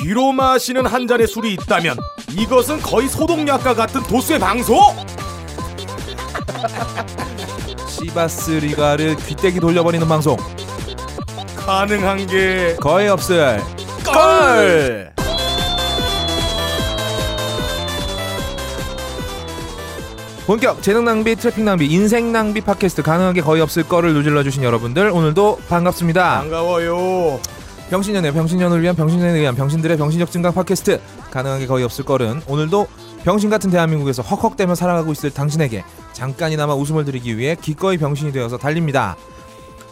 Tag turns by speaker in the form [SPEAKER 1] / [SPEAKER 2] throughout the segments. [SPEAKER 1] 귀로 마시는 한 잔의 술이 있다면 이것은 거의 소독약과 같은 도수의 방소?
[SPEAKER 2] 시바스 리가를 귀때기 돌려버리는 방송
[SPEAKER 1] 가능한 게
[SPEAKER 2] 거의 없을
[SPEAKER 1] 걸!
[SPEAKER 2] 걸 본격 재능 낭비 트래핑 낭비 인생 낭비 팟캐스트 가능한 게 거의 없을 거를 누질러 주신 여러분들 오늘도 반갑습니다
[SPEAKER 1] 반가워요.
[SPEAKER 2] 병신년의 병신년을 위한 병신년에 의한 병신들의 병신력 증강 팟캐스트 가능한 게 거의 없을 거는 오늘도 병신 같은 대한민국에서 헉헉대며 살아가고 있을 당신에게 잠깐이나마 웃음을 드리기 위해 기꺼이 병신이 되어서 달립니다.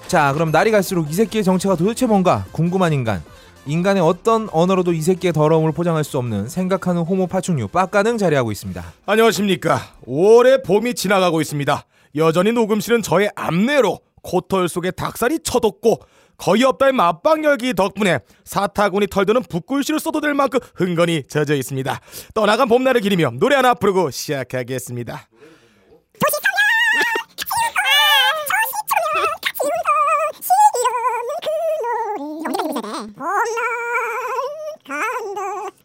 [SPEAKER 2] 자, 그럼 날이 갈수록 이 새끼의 정체가 도대체 뭔가 궁금한 인간. 인간의 어떤 언어로도 이 새끼의 더러움을 포장할 수 없는 생각하는 호모 파충류 빠까는 자리하고 있습니다.
[SPEAKER 1] 안녕하십니까. 5월의 봄이 지나가고 있습니다. 여전히 녹음실은 저의 암내로 코털 속에 닭살이 쳐돋고 거의 없다의 맛방 열기 덕분에 사타구니 털드는 붓글씨를 써도 될 만큼 흥건히 젖어 있습니다. 떠나간 봄날을 기리며 노래 하나 부르고 시작하겠습니다.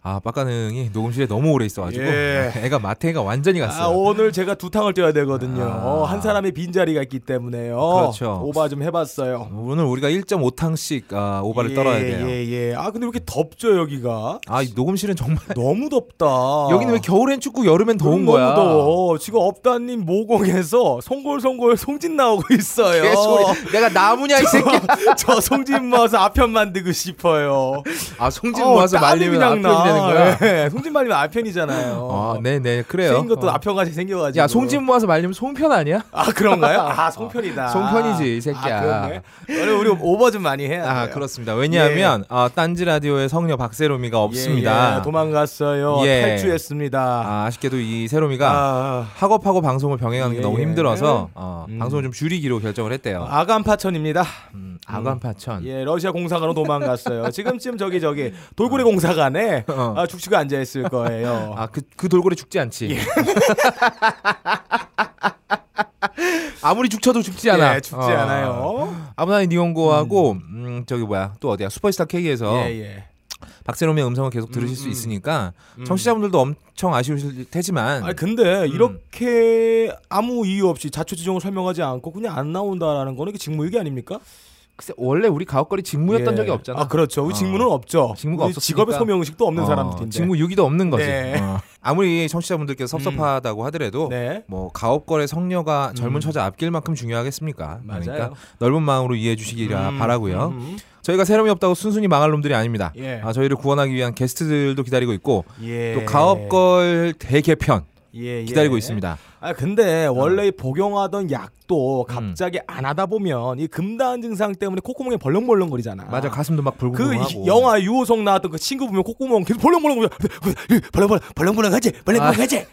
[SPEAKER 2] 아, 빠까능이 녹음실에 너무 오래 있어가지고
[SPEAKER 1] 예.
[SPEAKER 2] 애가 마태가 완전히 갔어요.
[SPEAKER 1] 아, 오늘 제가 두 탕을 뛰어야 되거든요. 어, 한 사람이 빈자리가 있기 때문에요.
[SPEAKER 2] 아. 그렇죠.
[SPEAKER 1] 오바 좀 해봤어요.
[SPEAKER 2] 오늘 우리가 1.5탕씩 아, 오바를
[SPEAKER 1] 예,
[SPEAKER 2] 떨어야 돼요.
[SPEAKER 1] 예, 예. 아, 근데 왜 이렇게 덥죠, 여기가?
[SPEAKER 2] 아, 이 녹음실은 정말
[SPEAKER 1] 너무 덥다.
[SPEAKER 2] 여기는 왜 겨울엔 춥고 여름엔 어. 더운
[SPEAKER 1] 너무
[SPEAKER 2] 거야?
[SPEAKER 1] 더워. 지금 업다님 모공에서 송골송골 송진 나오고 있어요.
[SPEAKER 2] 예, 개소리. 내가 나무냐 이 새끼.
[SPEAKER 1] 저 송진 모아서 아편 만들고 싶어요.
[SPEAKER 2] 아 송진
[SPEAKER 1] 어우,
[SPEAKER 2] 모아서
[SPEAKER 1] 땀이
[SPEAKER 2] 말리면
[SPEAKER 1] 그냥
[SPEAKER 2] 앞편이
[SPEAKER 1] 나.
[SPEAKER 2] 되는 거야.
[SPEAKER 1] 예, 송진 말리면 아편이잖아요.
[SPEAKER 2] 아, 네네 그래요.
[SPEAKER 1] 생긴 것도
[SPEAKER 2] 어.
[SPEAKER 1] 아편같이 생겨가지고.
[SPEAKER 2] 야 송진 모아서 말리면 송편 아니야?
[SPEAKER 1] 아 그런가요? 아 송편이다.
[SPEAKER 2] 송편이지, 이 새끼야.
[SPEAKER 1] 아, 그렇네. 오늘 우리 오버 좀 많이 해야 돼요.
[SPEAKER 2] 아 그렇습니다. 왜냐하면 아, 딴지 라디오의 성녀 박세롬이가
[SPEAKER 1] 예,
[SPEAKER 2] 없습니다.
[SPEAKER 1] 예, 도망갔어요.
[SPEAKER 2] 예.
[SPEAKER 1] 탈주했습니다.
[SPEAKER 2] 아, 아쉽게도 이 세롬이가
[SPEAKER 1] 아,
[SPEAKER 2] 학업하고 방송을 병행하는
[SPEAKER 1] 예,
[SPEAKER 2] 게 너무
[SPEAKER 1] 예.
[SPEAKER 2] 힘들어서 어,
[SPEAKER 1] 음.
[SPEAKER 2] 방송을 좀 줄이기로 결정을 했대요.
[SPEAKER 1] 아간파천입니다.
[SPEAKER 2] 음, 아관파천.
[SPEAKER 1] 예, 러시아 공사관으로 도망갔어요. 지금쯤 저기 저기 돌고래 공사관에
[SPEAKER 2] 어.
[SPEAKER 1] 아, 죽치고 앉아 있을 거예요.
[SPEAKER 2] 아, 그, 그 돌고래 죽지 않지.
[SPEAKER 1] 예.
[SPEAKER 2] 아무리 죽쳐도 죽지 않아.
[SPEAKER 1] 예, 죽지
[SPEAKER 2] 어.
[SPEAKER 1] 않아요.
[SPEAKER 2] 아브나니 니온고하고 음. 저기 뭐야 또 어디야 슈퍼스타 K에서
[SPEAKER 1] 예, 예.
[SPEAKER 2] 박세롬의 음성을 계속 들으실 수 있으니까 청취자분들도 엄청 아쉬우실 테지만
[SPEAKER 1] 음. 아 근데 이렇게 아무 이유 없이 자초지종을 설명하지 않고 그냥 안 나온다라는 거는 이게 직무유기 아닙니까?
[SPEAKER 2] 글쎄, 원래 우리 가옥거리 직무였던
[SPEAKER 1] 예.
[SPEAKER 2] 적이 없잖아. 어.
[SPEAKER 1] 아 그렇죠. 우리 직무는 없죠.
[SPEAKER 2] 직무가
[SPEAKER 1] 우리
[SPEAKER 2] 없었으니까.
[SPEAKER 1] 직업의 소명의식도 없는
[SPEAKER 2] 어,
[SPEAKER 1] 사람들인데.
[SPEAKER 2] 직무 유기도 없는 거지.
[SPEAKER 1] 네.
[SPEAKER 2] 어. 아무리 청취자분들께서 섭섭하다고 하더라도
[SPEAKER 1] 네.
[SPEAKER 2] 뭐 가옥거래 성녀가 젊은 처자 앞길만큼 중요하겠습니까? 그러니까
[SPEAKER 1] 음. 맞아요.
[SPEAKER 2] 넓은 마음으로 이해해 주시기라
[SPEAKER 1] 음,
[SPEAKER 2] 바라고요.
[SPEAKER 1] 음.
[SPEAKER 2] 저희가 세럼이 없다고 순순히 망할 놈들이 아닙니다.
[SPEAKER 1] 예.
[SPEAKER 2] 아, 저희를 구원하기 위한 게스트들도 기다리고 있고
[SPEAKER 1] 예.
[SPEAKER 2] 또 가업걸 대개편
[SPEAKER 1] 예, 예.
[SPEAKER 2] 기다리고 있습니다.
[SPEAKER 1] 아 근데 원래
[SPEAKER 2] 어.
[SPEAKER 1] 이 복용하던
[SPEAKER 2] 음.
[SPEAKER 1] 약도 갑자기 안 하다 보면 이 금단 증상 때문에 콧구멍이 벌렁벌렁거리잖아.
[SPEAKER 2] 맞아 가슴도 막
[SPEAKER 1] 그
[SPEAKER 2] 불구하고
[SPEAKER 1] 이- 영화 유호성 나왔던 그 친구 보면 콧구멍 계속 벌렁벌렁 벌렁벌렁 벌렁벌렁하지 벌렁벌렁하지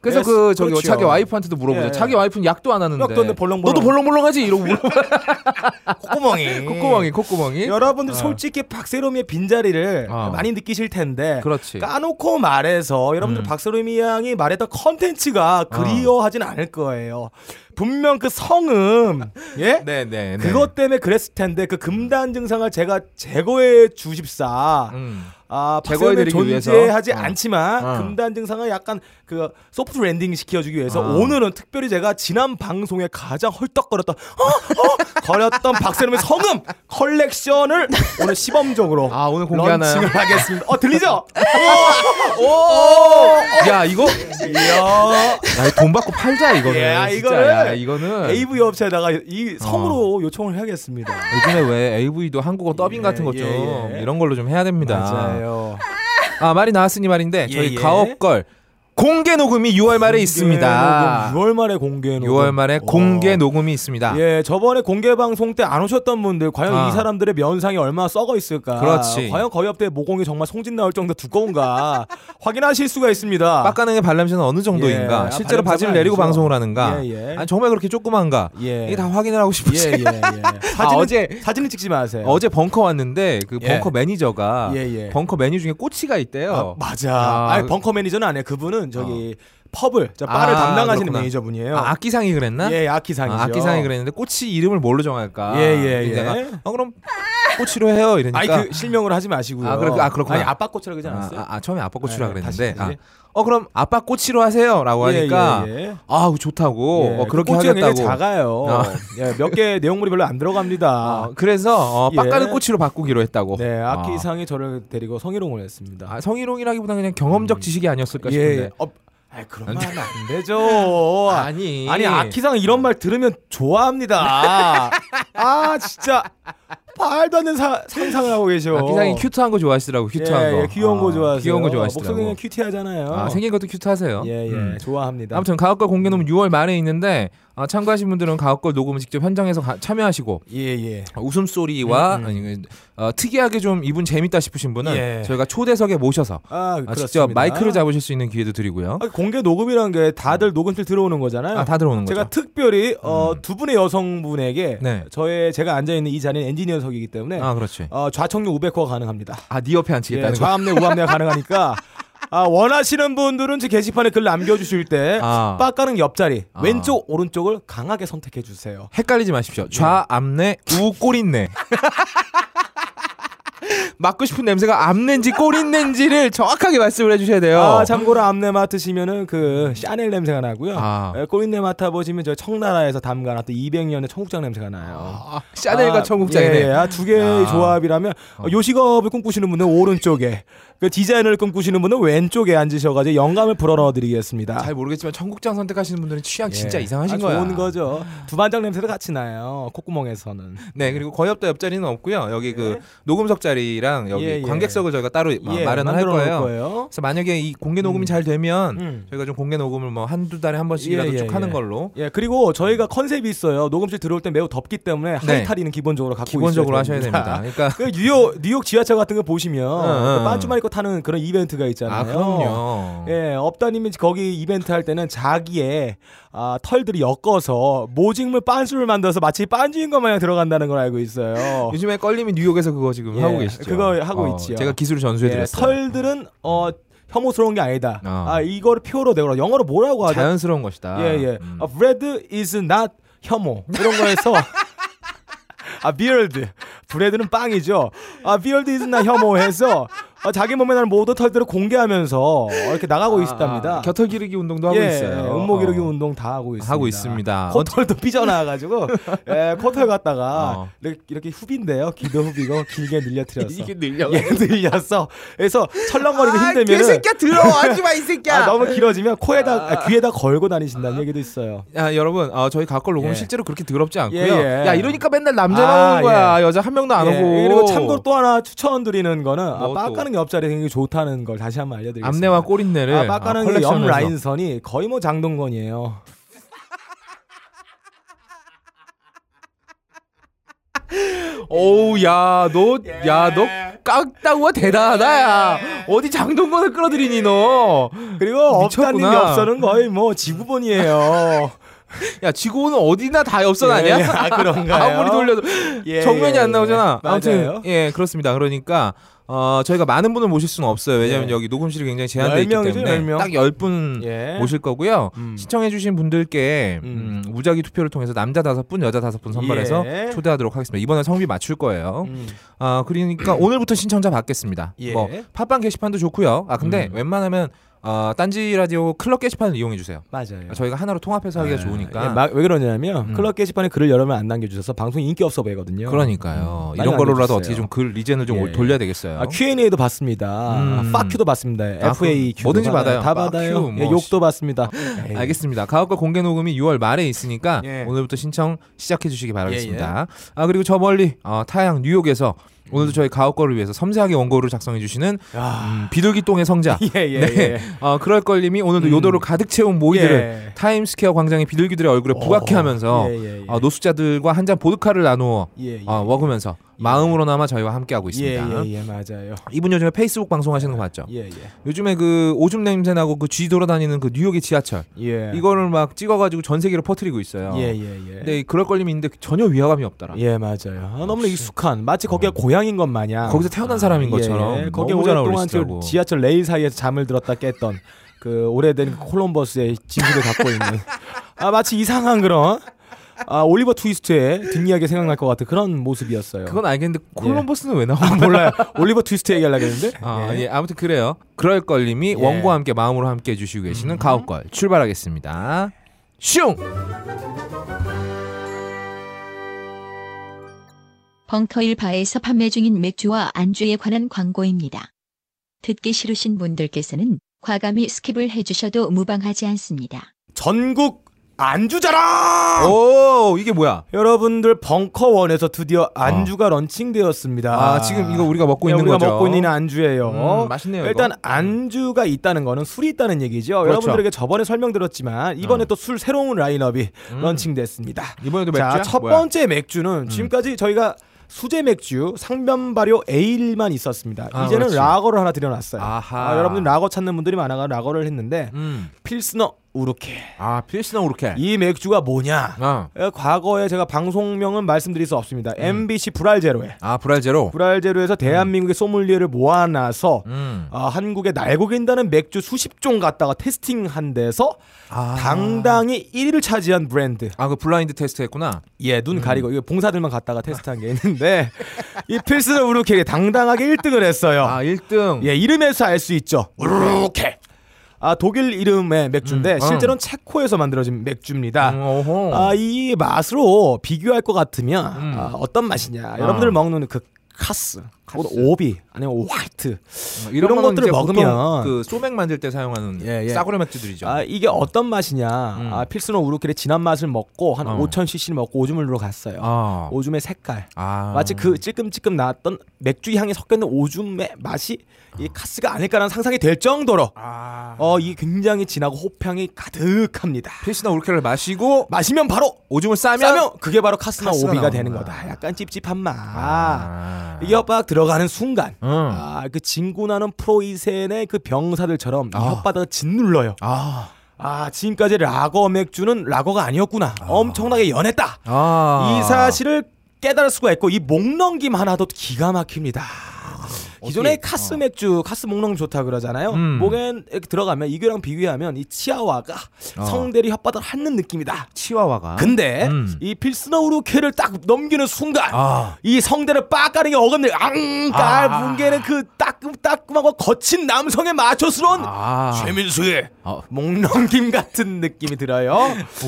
[SPEAKER 2] 그래서
[SPEAKER 1] 네,
[SPEAKER 2] 그 저기
[SPEAKER 1] 그렇죠.
[SPEAKER 2] 자기 와이프한테도 물어보자.
[SPEAKER 1] 예.
[SPEAKER 2] 자기 와이프는 약도 안 하는데.
[SPEAKER 1] 약도 안 해, 벌렁벌렁.
[SPEAKER 2] 너도 벌렁벌렁하지 이러고 물어. 아.
[SPEAKER 1] 콧구멍이
[SPEAKER 2] 콧구멍이 콧구멍이.
[SPEAKER 1] 여러분들 솔직히 박세롬이의 빈자리를
[SPEAKER 2] 어. 그렇죠.
[SPEAKER 1] 많이 느끼실 텐데
[SPEAKER 2] 그렇지.
[SPEAKER 1] 까놓고 말해서 여러분들
[SPEAKER 2] 네. 음. 어.
[SPEAKER 1] 박세롬이 양이 말했던 컨텐츠가 그리워하진 않을 거예요 분명 그 성음 예
[SPEAKER 2] 네네.
[SPEAKER 1] 그것 때문에 그랬을 텐데 그 금단 증상을 제가 제거해 주십사
[SPEAKER 2] 음.
[SPEAKER 1] 아, 박세롬이
[SPEAKER 2] 제거해드리기 위해서.
[SPEAKER 1] 존재하지
[SPEAKER 2] 어.
[SPEAKER 1] 않지만
[SPEAKER 2] 어.
[SPEAKER 1] 금단 증상을 약간 그 소프트 랜딩 시켜주기 위해서
[SPEAKER 2] 아.
[SPEAKER 1] 오늘은 특별히 제가 지난 방송에 가장 헐떡거렸던 어? 어? 거렸던 박세롬의 성음 컬렉션을 오늘 시범적으로
[SPEAKER 2] 아, 오늘 공개하나요?
[SPEAKER 1] 런칭을 하겠습니다. 어 들리죠?
[SPEAKER 2] 야 이거
[SPEAKER 1] 이야,
[SPEAKER 2] 야돈 받고 팔자 이거는.
[SPEAKER 1] 예, 아,
[SPEAKER 2] 진짜.
[SPEAKER 1] 이거를
[SPEAKER 2] 야, 이거는
[SPEAKER 1] AV 어, 업체에다가 이
[SPEAKER 2] 어.
[SPEAKER 1] 성으로 요청을 해야겠습니다.
[SPEAKER 2] 요즘에 왜 AV도 한국어 더빙
[SPEAKER 1] 예,
[SPEAKER 2] 같은 것
[SPEAKER 1] 예,
[SPEAKER 2] 좀
[SPEAKER 1] 예.
[SPEAKER 2] 이런 걸로 좀 해야 됩니다.
[SPEAKER 1] 맞아요.
[SPEAKER 2] 아 말이 나왔으니 말인데 저희
[SPEAKER 1] 예, 예.
[SPEAKER 2] 가업걸 공개 녹음이 6월 말에 있습니다.
[SPEAKER 1] 6월 뭐 말에 공개 녹음.
[SPEAKER 2] 6월 말에
[SPEAKER 1] 어.
[SPEAKER 2] 공개 녹음이 있습니다.
[SPEAKER 1] 예, 저번에 공개 방송 때 안 오셨던 분들 과연
[SPEAKER 2] 아.
[SPEAKER 1] 이 사람들의 면상이 얼마나 썩어 있을까?
[SPEAKER 2] 그렇지.
[SPEAKER 1] 과연 거의 업대 모공이 정말 송진 나올 정도 두꺼운가? 확인하실 수가 있습니다.
[SPEAKER 2] 빡가능의 발냄새는 어느 정도인가?
[SPEAKER 1] 예, 발냄새는
[SPEAKER 2] 실제로 바지를 내리고
[SPEAKER 1] 아니죠.
[SPEAKER 2] 방송을 하는가?
[SPEAKER 1] 예, 예.
[SPEAKER 2] 아니, 정말 그렇게 조그만가?
[SPEAKER 1] 예.
[SPEAKER 2] 이게 다 확인을 하고
[SPEAKER 1] 예,
[SPEAKER 2] 싶었어요.
[SPEAKER 1] 예, 예. 사진
[SPEAKER 2] 아, 어제-
[SPEAKER 1] 어제 사진을 찍지 마세요.
[SPEAKER 2] 어제 벙커 왔는데 그
[SPEAKER 1] 예.
[SPEAKER 2] 벙커 매니저가
[SPEAKER 1] 예, 예.
[SPEAKER 2] 벙커 메뉴 중에 꼬치가 있대요.
[SPEAKER 1] 아, 맞아.
[SPEAKER 2] 아, 어.
[SPEAKER 1] 아, 니 벙커 매니저는 아니에요. 그분은 분은 저기 펍을 저 바를
[SPEAKER 2] 아,
[SPEAKER 1] 담당하시는
[SPEAKER 2] 그렇구나.
[SPEAKER 1] 매니저분이에요.
[SPEAKER 2] 아, 악기상이 그랬나?
[SPEAKER 1] 예, 아키상이죠.
[SPEAKER 2] 아, 악기상이 그랬는데 꼬치 이름을 뭘로 정할까?
[SPEAKER 1] 예, 예,
[SPEAKER 2] 근데
[SPEAKER 1] 예.
[SPEAKER 2] 내가, 어, 그럼 꼬치로 해요. 이러니까
[SPEAKER 1] 아니 그 실명을 하지 마시고요.
[SPEAKER 2] 아, 그렇- 아, 그렇구나.
[SPEAKER 1] 아니 아빠 꽃이라 그러지
[SPEAKER 2] 아,
[SPEAKER 1] 않았어요?
[SPEAKER 2] 아, 아, 처음에 아빠 꼬치라
[SPEAKER 1] 예, 다시,
[SPEAKER 2] 그랬는데 아,
[SPEAKER 1] 다시.
[SPEAKER 2] 어 그럼 아빠 꼬치로 아, 하세요라고
[SPEAKER 1] 예,
[SPEAKER 2] 하니까
[SPEAKER 1] 예, 예.
[SPEAKER 2] 아우 좋다고
[SPEAKER 1] 예,
[SPEAKER 2] 어, 그렇게
[SPEAKER 1] 꽃이 굉장히
[SPEAKER 2] 하겠다고
[SPEAKER 1] 작아요. 예,
[SPEAKER 2] 아.
[SPEAKER 1] 몇 개 내용물이 별로 안 들어갑니다.
[SPEAKER 2] 어, 그래서 어,
[SPEAKER 1] 예.
[SPEAKER 2] 빡가는 꼬치로 바꾸기로 했다고
[SPEAKER 1] 네,
[SPEAKER 2] 아.
[SPEAKER 1] 악기상이 저를 데리고 성희롱을 했습니다.
[SPEAKER 2] 아, 성희롱이라기보다는 그냥 경험적 지식이 아니었을까 싶은데
[SPEAKER 1] 어, 아, 그런 말 하면 안 되죠. 아,
[SPEAKER 2] 아니
[SPEAKER 1] 아니 아키상 이런 말 들으면 좋아합니다. 아 진짜 말도 안 되는 사- 상상을 하고 계셔.
[SPEAKER 2] 아키상이 큐트한 거 좋아하시더라고 큐트한
[SPEAKER 1] 예,
[SPEAKER 2] 거
[SPEAKER 1] 예, 귀여운 거
[SPEAKER 2] 아,
[SPEAKER 1] 좋아하세요.
[SPEAKER 2] 귀여운 거 좋아하시더라고
[SPEAKER 1] 목소리는 큐티하잖아요.
[SPEAKER 2] 아, 생긴 것도 큐트하세요
[SPEAKER 1] 예, 예,
[SPEAKER 2] 음.
[SPEAKER 1] 좋아합니다.
[SPEAKER 2] 아무튼 가옥걸 공개는 6월 말에 있는데 아, 참가하신 분들은 가옥걸 녹음 직접 현장에서 가- 참여하시고 아,
[SPEAKER 1] 예, 예.
[SPEAKER 2] 웃음소리와
[SPEAKER 1] 음, 음.
[SPEAKER 2] 아니, 어, 특이하게 좀 이분 재밌다 싶으신 분은
[SPEAKER 1] 예.
[SPEAKER 2] 저희가 초대석에 모셔서
[SPEAKER 1] 아,
[SPEAKER 2] 아,
[SPEAKER 1] 그렇습니다.
[SPEAKER 2] 직접 마이크를 잡으실 수 있는 기회도 드리고요.
[SPEAKER 1] 아, 공개 녹음이라는 게 다들 녹음실 들어오는 거잖아요.
[SPEAKER 2] 아, 다 들어오는 거죠. 음.
[SPEAKER 1] 제가 특별히 어, 두 분의 여성분에게
[SPEAKER 2] 네.
[SPEAKER 1] 저의 제가 앉아 있는 이 자리는 엔지니어석이기 때문에
[SPEAKER 2] 아, 그렇지.
[SPEAKER 1] 어, 좌청료 500호가 가능합니다.
[SPEAKER 2] 아, 네 옆에
[SPEAKER 1] 예,
[SPEAKER 2] 앉히겠다는 거.
[SPEAKER 1] 좌암내 우암내가 가능하니까 아, 원하시는 분들은 제 게시판에 글 남겨주실 때
[SPEAKER 2] 아.
[SPEAKER 1] 빡가는 옆자리
[SPEAKER 2] 아.
[SPEAKER 1] 왼쪽 오른쪽을 강하게 선택해 주세요.
[SPEAKER 2] 헷갈리지 마십시오.
[SPEAKER 1] 예.
[SPEAKER 2] 좌암내, 네, 우꼬린내. 맡고 싶은 냄새가 암내인지 꼬린내인지를 정확하게 말씀을 해주셔야 돼요.
[SPEAKER 1] 아, 참고로 암내 맡으시면은 그 샤넬 냄새가 나고요.
[SPEAKER 2] 아.
[SPEAKER 1] 예, 꼬린내 맡아보시면 저 청나라에서 담가놨던 200년의 청국장 냄새가 나요.
[SPEAKER 2] 아, 샤넬과
[SPEAKER 1] 아,
[SPEAKER 2] 청국장이네.
[SPEAKER 1] 예, 예. 아, 두 개의
[SPEAKER 2] 아.
[SPEAKER 1] 조합이라면 어, 요식업을 꿈꾸시는 분은 오른쪽에, 그 디자인을 꿈꾸시는 분은 왼쪽에 앉으셔가지고 영감을 불어넣어드리겠습니다.
[SPEAKER 2] 잘 모르겠지만 청국장 선택하시는 분들은 취향
[SPEAKER 1] 아. 예.
[SPEAKER 2] 진짜 이상하신
[SPEAKER 1] 아,
[SPEAKER 2] 거야.
[SPEAKER 1] 좋은 거죠. 두반장 냄새도 같이 나요. 콧구멍에서는.
[SPEAKER 2] 네 그리고 거의 없다 옆자리는 없고요. 여기 그 녹음석 자리랑 여기
[SPEAKER 1] 네. 예, 예.
[SPEAKER 2] 관객석을 저희가 따로 마-
[SPEAKER 1] 예,
[SPEAKER 2] 마련을
[SPEAKER 1] 만들어
[SPEAKER 2] 할
[SPEAKER 1] 놓을
[SPEAKER 2] 거예요.
[SPEAKER 1] 거예요.
[SPEAKER 2] 그래서 만약에 이 공개 녹음이 잘 되면
[SPEAKER 1] 음.
[SPEAKER 2] 저희가 좀 공개 녹음을 뭐 한두 달에 한 번씩이라도
[SPEAKER 1] 예, 예,
[SPEAKER 2] 쭉 하는
[SPEAKER 1] 예.
[SPEAKER 2] 걸로
[SPEAKER 1] 예 그리고 저희가 컨셉이 있어요. 녹음실 들어올 때 매우 덥기 때문에
[SPEAKER 2] 네.
[SPEAKER 1] 하이탈이는 기본적으로 갖고
[SPEAKER 2] 기본적으로
[SPEAKER 1] 있어야
[SPEAKER 2] 하셔야 됩니다. 그러니까
[SPEAKER 1] 그 뉴욕 뉴욕 지하철 같은 거 보시면
[SPEAKER 2] 응, 응.
[SPEAKER 1] 그 반주만 입고 타는 그런 이벤트가 있잖아요.
[SPEAKER 2] 아 그럼요.
[SPEAKER 1] 예, 업다님이 거기 이벤트 할 때는 자기의 아, 털들이 엮어서 모직물 빤수를 만들어서 마치 빤주인 것 마냥 들어간다는 걸 알고 있어요.
[SPEAKER 2] 요즘에 껄림이 뉴욕에서 그거 지금
[SPEAKER 1] 예,
[SPEAKER 2] 하고 계시죠?
[SPEAKER 1] 그거 하고
[SPEAKER 2] 어,
[SPEAKER 1] 있지요.
[SPEAKER 2] 제가 기술을
[SPEAKER 1] 예,
[SPEAKER 2] 전수해드렸어요.
[SPEAKER 1] 털들은 어 혐오스러운 게 아니다.
[SPEAKER 2] 어.
[SPEAKER 1] 아 이거를 표로 내거라 영어로 뭐라고 하죠?
[SPEAKER 2] 자연스러운 것이다.
[SPEAKER 1] 예, 예.
[SPEAKER 2] 음.
[SPEAKER 1] 아, bread is not 혐오. 이런 거에서 아, beard. 브레드는 빵이죠. 아, beard is not 혐오 해서 어, 자기 몸에 나는 모든 털들을 공개하면서 이렇게 나가고 있답니다.
[SPEAKER 2] 아, 곁털 기르기 운동도 하고
[SPEAKER 1] 예,
[SPEAKER 2] 있어요.
[SPEAKER 1] 음모 기르기
[SPEAKER 2] 어.
[SPEAKER 1] 운동 다 하고 있습니다.
[SPEAKER 2] 하고 있습니다.
[SPEAKER 1] 코털도 삐져나와가지고 예, 코털 갖다가
[SPEAKER 2] 어.
[SPEAKER 1] 이렇게, 이렇게 후비인데요. 기도 후비고 길게 늘려뜨려서
[SPEAKER 2] 이게 아, 늘려.
[SPEAKER 1] 예, 늘렸어. 그래서 철렁거리고 힘들면
[SPEAKER 2] 들어와지 마 이 새끼야.
[SPEAKER 1] 아, 너무 길어지면 코에다 아, 귀에다 걸고
[SPEAKER 2] 아.
[SPEAKER 1] 다니신다는 얘기도 있어요.
[SPEAKER 2] 야 여러분 어, 저희 가걸 녹음은
[SPEAKER 1] 예.
[SPEAKER 2] 실제로 그렇게 더럽지 않고요.
[SPEAKER 1] 예, 예.
[SPEAKER 2] 야 이러니까 맨날 남자만
[SPEAKER 1] 아,
[SPEAKER 2] 오는 거야. 여자 한 명도 안
[SPEAKER 1] 예,
[SPEAKER 2] 오고.
[SPEAKER 1] 그리고 참고로 또 하나 추천드리는 거는 아,
[SPEAKER 2] 뭐 또?
[SPEAKER 1] 빡가는 게 옆자리 굉장히 좋다는 걸 다시 한번 알려드리겠습니다.
[SPEAKER 2] 앞내와 꼬린내를
[SPEAKER 1] 아, 빡가는 게 옆
[SPEAKER 2] 컬렉션해서.
[SPEAKER 1] 라인선이 거의 뭐 장동건이에요.
[SPEAKER 2] 어우
[SPEAKER 1] 예.
[SPEAKER 2] 야너야너 깍다구가 대단하다 야 어디 장동건을 끌어들이니 너.
[SPEAKER 1] 그리고 업다님
[SPEAKER 2] 미쳤구나.
[SPEAKER 1] 옆선은 거의 뭐 지구본이에요.
[SPEAKER 2] 야 지구는 어디나 다 옆선
[SPEAKER 1] 예,
[SPEAKER 2] 아니야?
[SPEAKER 1] 아, 그런가요?
[SPEAKER 2] 아무리 돌려도
[SPEAKER 1] 예,
[SPEAKER 2] 정면이
[SPEAKER 1] 예,
[SPEAKER 2] 안 나오잖아.
[SPEAKER 1] 예.
[SPEAKER 2] 아무튼
[SPEAKER 1] 맞아요.
[SPEAKER 2] 예 그렇습니다. 그러니까 어 저희가 많은 분을 모실 수는 없어요. 왜냐하면
[SPEAKER 1] 예.
[SPEAKER 2] 여기 녹음실이 굉장히 제한돼 있기
[SPEAKER 1] 10명이죠,
[SPEAKER 2] 때문에
[SPEAKER 1] 10명.
[SPEAKER 2] 딱 10분
[SPEAKER 1] 예.
[SPEAKER 2] 모실 거고요.
[SPEAKER 1] 음.
[SPEAKER 2] 시청해주신 분들께
[SPEAKER 1] 음.
[SPEAKER 2] 음, 무작위 투표를 통해서 남자 다섯 분, 여자 다섯 분 선발해서
[SPEAKER 1] 예.
[SPEAKER 2] 초대하도록 하겠습니다. 이번에 성비 맞출 거예요.
[SPEAKER 1] 음.
[SPEAKER 2] 아 그러니까 오늘부터 신청자 받겠습니다.
[SPEAKER 1] 예.
[SPEAKER 2] 뭐 팟빵 게시판도 좋고요. 아 근데
[SPEAKER 1] 음.
[SPEAKER 2] 웬만하면 어, 딴지 라디오 클럽 게시판을 이용해 주세요.
[SPEAKER 1] 맞아요.
[SPEAKER 2] 저희가 하나로 통합해서 하기가 좋으니까.
[SPEAKER 1] 예, 막- 왜 그러냐면
[SPEAKER 2] 음.
[SPEAKER 1] 클럽 게시판에 글을 여러분 안 남겨주셔서 방송 인기 없어 보이거든요.
[SPEAKER 2] 그러니까요.
[SPEAKER 1] 음, 많이
[SPEAKER 2] 이런 걸로라도
[SPEAKER 1] 알려주세요.
[SPEAKER 2] 어떻게 좀 글 리젠을 좀
[SPEAKER 1] 예,
[SPEAKER 2] 올-
[SPEAKER 1] 예.
[SPEAKER 2] 돌려야 되겠어요.
[SPEAKER 1] 아, Q&A도 받습니다.
[SPEAKER 2] 음.
[SPEAKER 1] 파큐도 받습니다.
[SPEAKER 2] 아,
[SPEAKER 1] FAQ 도
[SPEAKER 2] 뭐든지 받아요.
[SPEAKER 1] 다
[SPEAKER 2] 빡큐,
[SPEAKER 1] 받아요.
[SPEAKER 2] 뭐.
[SPEAKER 1] 예, 욕도 받습니다. 에이.
[SPEAKER 2] 알겠습니다. 가옥과 공개 녹음이 6월 말에 있으니까
[SPEAKER 1] 예.
[SPEAKER 2] 오늘부터 신청 시작해 주시기 바라겠습니다. 아 그리고 저 멀리 어, 타양 뉴욕에서
[SPEAKER 1] 음.
[SPEAKER 2] 오늘도 저희 가옥과를 위해서 섬세하게 원고를 작성해 주시는
[SPEAKER 1] 아.
[SPEAKER 2] 음, 비둘기똥의 성자
[SPEAKER 1] 예, 예,
[SPEAKER 2] 네.
[SPEAKER 1] 예.
[SPEAKER 2] 어, 그럴 걸님이 오늘도
[SPEAKER 1] 음.
[SPEAKER 2] 요도를 가득 채운 모이들을
[SPEAKER 1] 예.
[SPEAKER 2] 타임스퀘어 광장의 비둘기들의 얼굴에 부각해하면서
[SPEAKER 1] 예, 예, 예.
[SPEAKER 2] 어, 노숙자들과 한 잔 보드카를 나누어
[SPEAKER 1] 예, 예.
[SPEAKER 2] 어, 먹으면서 마음으로나마 저희와 함께하고
[SPEAKER 1] 예,
[SPEAKER 2] 있습니다.
[SPEAKER 1] 예, 예, 맞아요.
[SPEAKER 2] 이분 요즘에 페이스북 방송하시는 거 맞죠?
[SPEAKER 1] 예, 예.
[SPEAKER 2] 요즘에 그 오줌 냄새 나고 그 쥐 돌아다니는 그 뉴욕의 지하철
[SPEAKER 1] 예.
[SPEAKER 2] 이거를 네. 막 찍어가지고 전 세계로 퍼뜨리고 있어요.
[SPEAKER 1] 예, 예, 예.
[SPEAKER 2] 근데 이 그럴 걸림이 있는데 전혀 위화감이 없더라.
[SPEAKER 1] 예, 맞아요. 아, 너무 익숙한 마치 거기가 고향인 것 마냥
[SPEAKER 2] 음. 거기서 태어난 사람인
[SPEAKER 1] 예,
[SPEAKER 2] 것처럼
[SPEAKER 1] 예. 거기에
[SPEAKER 2] 너무 잘
[SPEAKER 1] 오랫동안
[SPEAKER 2] 어울리시더라고.
[SPEAKER 1] 지하철 레일 사이에서 잠을 들었다 깼던 그 오래된 콜럼버스의 진실을 갖고 있는 아 마치 이상한 그런 아 올리버 트위스트의 뒷이야기 생각날 것 같은 그런 모습이었어요.
[SPEAKER 2] 그건 알겠는데 콜럼버스는 왜 나와?
[SPEAKER 1] 예. 아, 몰라요. 올리버 트위스트 얘기하려고 했는데.
[SPEAKER 2] 아, 예. 아무튼 그래요. 그럴 걸님이
[SPEAKER 1] 예.
[SPEAKER 2] 원고와 함께 마음으로 함께 해 주시고 계시는 가옥걸 출발하겠습니다. 슝!
[SPEAKER 3] 벙커일 바에서 판매 중인 맥주와 안주에 관한 광고입니다. 듣기 싫으신 분들께서는 과감히 스킵을 해주셔도 무방하지 않습니다.
[SPEAKER 1] 전국 안주자랑!
[SPEAKER 2] 오, 이게 뭐야?
[SPEAKER 1] 여러분들 벙커원에서 드디어 안주가 런칭되었습니다.
[SPEAKER 2] 아, 지금 이거 우리가 먹고
[SPEAKER 1] 예,
[SPEAKER 2] 있는
[SPEAKER 1] 우리가
[SPEAKER 2] 거죠.
[SPEAKER 1] 먹고 있는 안주예요.
[SPEAKER 2] 음, 맛있네요.
[SPEAKER 1] 일단
[SPEAKER 2] 이거.
[SPEAKER 1] 안주가 있다는 거는 술이 있다는 얘기죠.
[SPEAKER 2] 그렇죠.
[SPEAKER 1] 여러분들에게 저번에 설명드렸지만 이번에
[SPEAKER 2] 어.
[SPEAKER 1] 또 술 새로운 라인업이
[SPEAKER 2] 음.
[SPEAKER 1] 런칭됐습니다.
[SPEAKER 2] 이번에도 음. 맥주
[SPEAKER 1] 자, 첫 번째 맥주는 지금까지 저희가 수제 맥주 상면 발효 에일만 있었습니다.
[SPEAKER 2] 아,
[SPEAKER 1] 이제는
[SPEAKER 2] 그렇지.
[SPEAKER 1] 라거를 하나 들여놨어요.
[SPEAKER 2] 아하.
[SPEAKER 1] 아, 여러분들 라거 찾는 분들이 많아가 라거를 했는데
[SPEAKER 2] 음.
[SPEAKER 1] 필스너 우르케
[SPEAKER 2] 아, 필스나 오르케.
[SPEAKER 1] 이 맥주가 뭐냐?
[SPEAKER 2] 아.
[SPEAKER 1] 어, 과거에 제가 방송명은 말씀드릴 수 없습니다.
[SPEAKER 2] 음.
[SPEAKER 1] MBC 브랄제로에
[SPEAKER 2] 아, 브라제로.
[SPEAKER 1] 브랄제로에서 대한민국의 소믈리에를 모아놔서
[SPEAKER 2] 음.
[SPEAKER 1] 아, 한국의 날고긴다는 맥주 수십 종 갖다가 테스팅한 데서
[SPEAKER 2] 아.
[SPEAKER 1] 당당히 1위를 차지한 브랜드.
[SPEAKER 2] 아, 그 블라인드 테스트 했구나.
[SPEAKER 1] 예,
[SPEAKER 2] 음.
[SPEAKER 1] 눈 가리고 이거 봉사들만 갔다가 테스트한 게 있는데 이 필스는 우르케 당당하게 1등을 했어요.
[SPEAKER 2] 아, 1등.
[SPEAKER 1] 예, 이름에서 알 수 있죠. 우르케. 아, 독일 이름의 맥주인데
[SPEAKER 2] 음, 어.
[SPEAKER 1] 실제로는 체코에서 만들어진 맥주입니다.
[SPEAKER 2] 음, 오호.
[SPEAKER 1] 아, 이 맛으로 비교할 것 같으면
[SPEAKER 2] 음.
[SPEAKER 1] 아, 어떤 맛이냐? 여러분들 먹는 그 카스, 혹은 오비 아니면 화이트
[SPEAKER 2] 어,
[SPEAKER 1] 이런
[SPEAKER 2] 거는
[SPEAKER 1] 것들을
[SPEAKER 2] 이제 보통
[SPEAKER 1] 먹으면-
[SPEAKER 2] 그 소맥 만들 때 사용하는
[SPEAKER 1] 예, 예.
[SPEAKER 2] 싸구려 맥주들이죠.
[SPEAKER 1] 아, 이게 어떤 맛이냐?
[SPEAKER 2] 음.
[SPEAKER 1] 아, 필스노 우르케의 진한 맛을 먹고 한
[SPEAKER 2] 어.
[SPEAKER 1] 5,000cc 먹고 오줌을로 갔어요.
[SPEAKER 2] 아.
[SPEAKER 1] 오줌의 색깔
[SPEAKER 2] 아.
[SPEAKER 1] 마치 그 찔끔찔끔 나왔던 맥주 향이 섞여 있는 오줌의 맛이 이 카스가 아닐까라는 상상이 될 정도로
[SPEAKER 2] 아.
[SPEAKER 1] 어 이 굉장히 진하고 호평이 가득합니다.
[SPEAKER 2] 필스나 오르케를 마시고
[SPEAKER 1] 마시면 바로
[SPEAKER 2] 오줌을 싸면,
[SPEAKER 1] 짜면 그게 바로 카스나
[SPEAKER 2] 카스가
[SPEAKER 1] 오비가
[SPEAKER 2] 나오는구나.
[SPEAKER 1] 되는 거다. 약간 찝찝한 맛.
[SPEAKER 2] 아.
[SPEAKER 1] 이게 혓바닥 들어가는 순간
[SPEAKER 2] 음.
[SPEAKER 1] 아, 그 진군하는 프로이센의 그 병사들처럼 이
[SPEAKER 2] 아.
[SPEAKER 1] 혓바닥을 짓눌러요.
[SPEAKER 2] 아.
[SPEAKER 1] 아 지금까지 라거 맥주는 라거가 아니었구나. 엄청나게 연했다.
[SPEAKER 2] 아.
[SPEAKER 1] 이 사실을 깨달을 수가 있고 이 목넘김 하나도 기가 막힙니다. 기존에
[SPEAKER 2] 어떻게-
[SPEAKER 1] 카스 맥주, 카스 목넘김 좋다 그러잖아요.
[SPEAKER 2] 음.
[SPEAKER 1] 목에 이렇게 들어가면 이거랑 비교하면 이 치아와가
[SPEAKER 2] 어.
[SPEAKER 1] 성대리 혓바닥을 핥는 느낌이다.
[SPEAKER 2] 치와와가.
[SPEAKER 1] 근데
[SPEAKER 2] 음.
[SPEAKER 1] 이 필스너우루 캐를 딱 넘기는 순간
[SPEAKER 2] 아.
[SPEAKER 1] 이 성대를 빠까르게 어금니 앙깔
[SPEAKER 2] 아.
[SPEAKER 1] 뭉개는 그 따끔따끔하고 거친 남성의 마초스러운
[SPEAKER 2] 아.
[SPEAKER 1] 최민수의
[SPEAKER 2] 어.
[SPEAKER 1] 목넘김 같은 느낌이 들어요.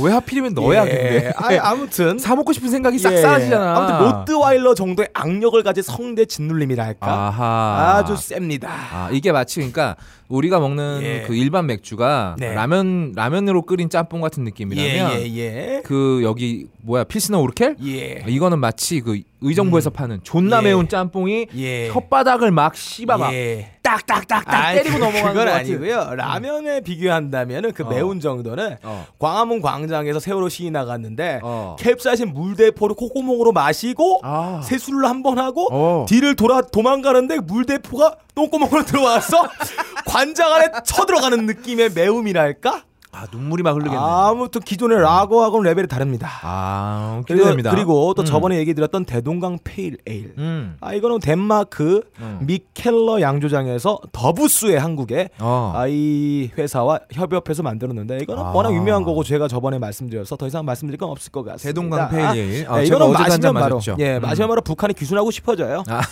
[SPEAKER 2] 왜 하필이면 너야
[SPEAKER 1] 예.
[SPEAKER 2] 근데.
[SPEAKER 1] 아, 아무튼
[SPEAKER 2] 사 먹고 싶은 생각이 싹
[SPEAKER 1] 예, 예.
[SPEAKER 2] 사라지잖아.
[SPEAKER 1] 아무튼 로트와일러 정도의 악력을 가진 성대 짓눌림이랄까
[SPEAKER 2] 아하.
[SPEAKER 1] 아. 주 셉니다.
[SPEAKER 2] 아, 이게 마치 그러니까 우리가 먹는
[SPEAKER 1] 예.
[SPEAKER 2] 그 일반 맥주가
[SPEAKER 1] 네.
[SPEAKER 2] 라면 라면으로 끓인 짬뽕 같은 느낌이라면
[SPEAKER 1] 예예예. 예,
[SPEAKER 2] 그 여기 뭐야 필스너 오르켈?
[SPEAKER 1] 예.
[SPEAKER 2] 이거는 마치 그 의정부에서 파는 존나
[SPEAKER 1] 예.
[SPEAKER 2] 매운 짬뽕이
[SPEAKER 1] 예.
[SPEAKER 2] 혓바닥을 막 씹어 막
[SPEAKER 1] 예.
[SPEAKER 2] 딱딱딱딱
[SPEAKER 1] 아이,
[SPEAKER 2] 때리고
[SPEAKER 1] 그-
[SPEAKER 2] 넘어가는
[SPEAKER 1] 그건
[SPEAKER 2] 것 같은. 음.
[SPEAKER 1] 아니고요. 라면에 비교한다면은 그
[SPEAKER 2] 어.
[SPEAKER 1] 매운 정도는
[SPEAKER 2] 어.
[SPEAKER 1] 광화문 광장에서 세월호 시위 나갔는데
[SPEAKER 2] 어.
[SPEAKER 1] 캡사이신 물대포를 콧구멍으로 마시고
[SPEAKER 2] 아.
[SPEAKER 1] 세수를 한 번 하고
[SPEAKER 2] 어.
[SPEAKER 1] 뒤를 돌아 도망가는데 물대포가 똥구멍으로 들어와서 관장 안에 쳐들어가는 느낌의 매움이랄까?
[SPEAKER 2] 아 눈물이 막 흘르겠네. 아,
[SPEAKER 1] 아무튼 기존의 라거하고는 레벨이 다릅니다. 그리고,
[SPEAKER 2] 기대됩니다.
[SPEAKER 1] 그리고 또
[SPEAKER 2] 음.
[SPEAKER 1] 저번에 얘기 드렸던 대동강 페일 에일.
[SPEAKER 2] 음.
[SPEAKER 1] 아 이거는 덴마크
[SPEAKER 2] 음.
[SPEAKER 1] 미켈러 양조장에서 더부스의 한국의
[SPEAKER 2] 어.
[SPEAKER 1] 아이 회사와 협업해서 만들었는데 이거는
[SPEAKER 2] 아.
[SPEAKER 1] 워낙 유명한 거고 제가 저번에 말씀드려서 더 이상 말씀드릴 건 없을 것 같습니다.
[SPEAKER 2] 대동강 페일 에일. 아,
[SPEAKER 1] 네,
[SPEAKER 2] 제가
[SPEAKER 1] 이거는
[SPEAKER 2] 어제도
[SPEAKER 1] 마시면
[SPEAKER 2] 한잔
[SPEAKER 1] 바로
[SPEAKER 2] 마셨죠.
[SPEAKER 1] 예
[SPEAKER 2] 음.
[SPEAKER 1] 마시면 바로 북한이 귀순하고 싶어져요.
[SPEAKER 2] 아.
[SPEAKER 1] 아,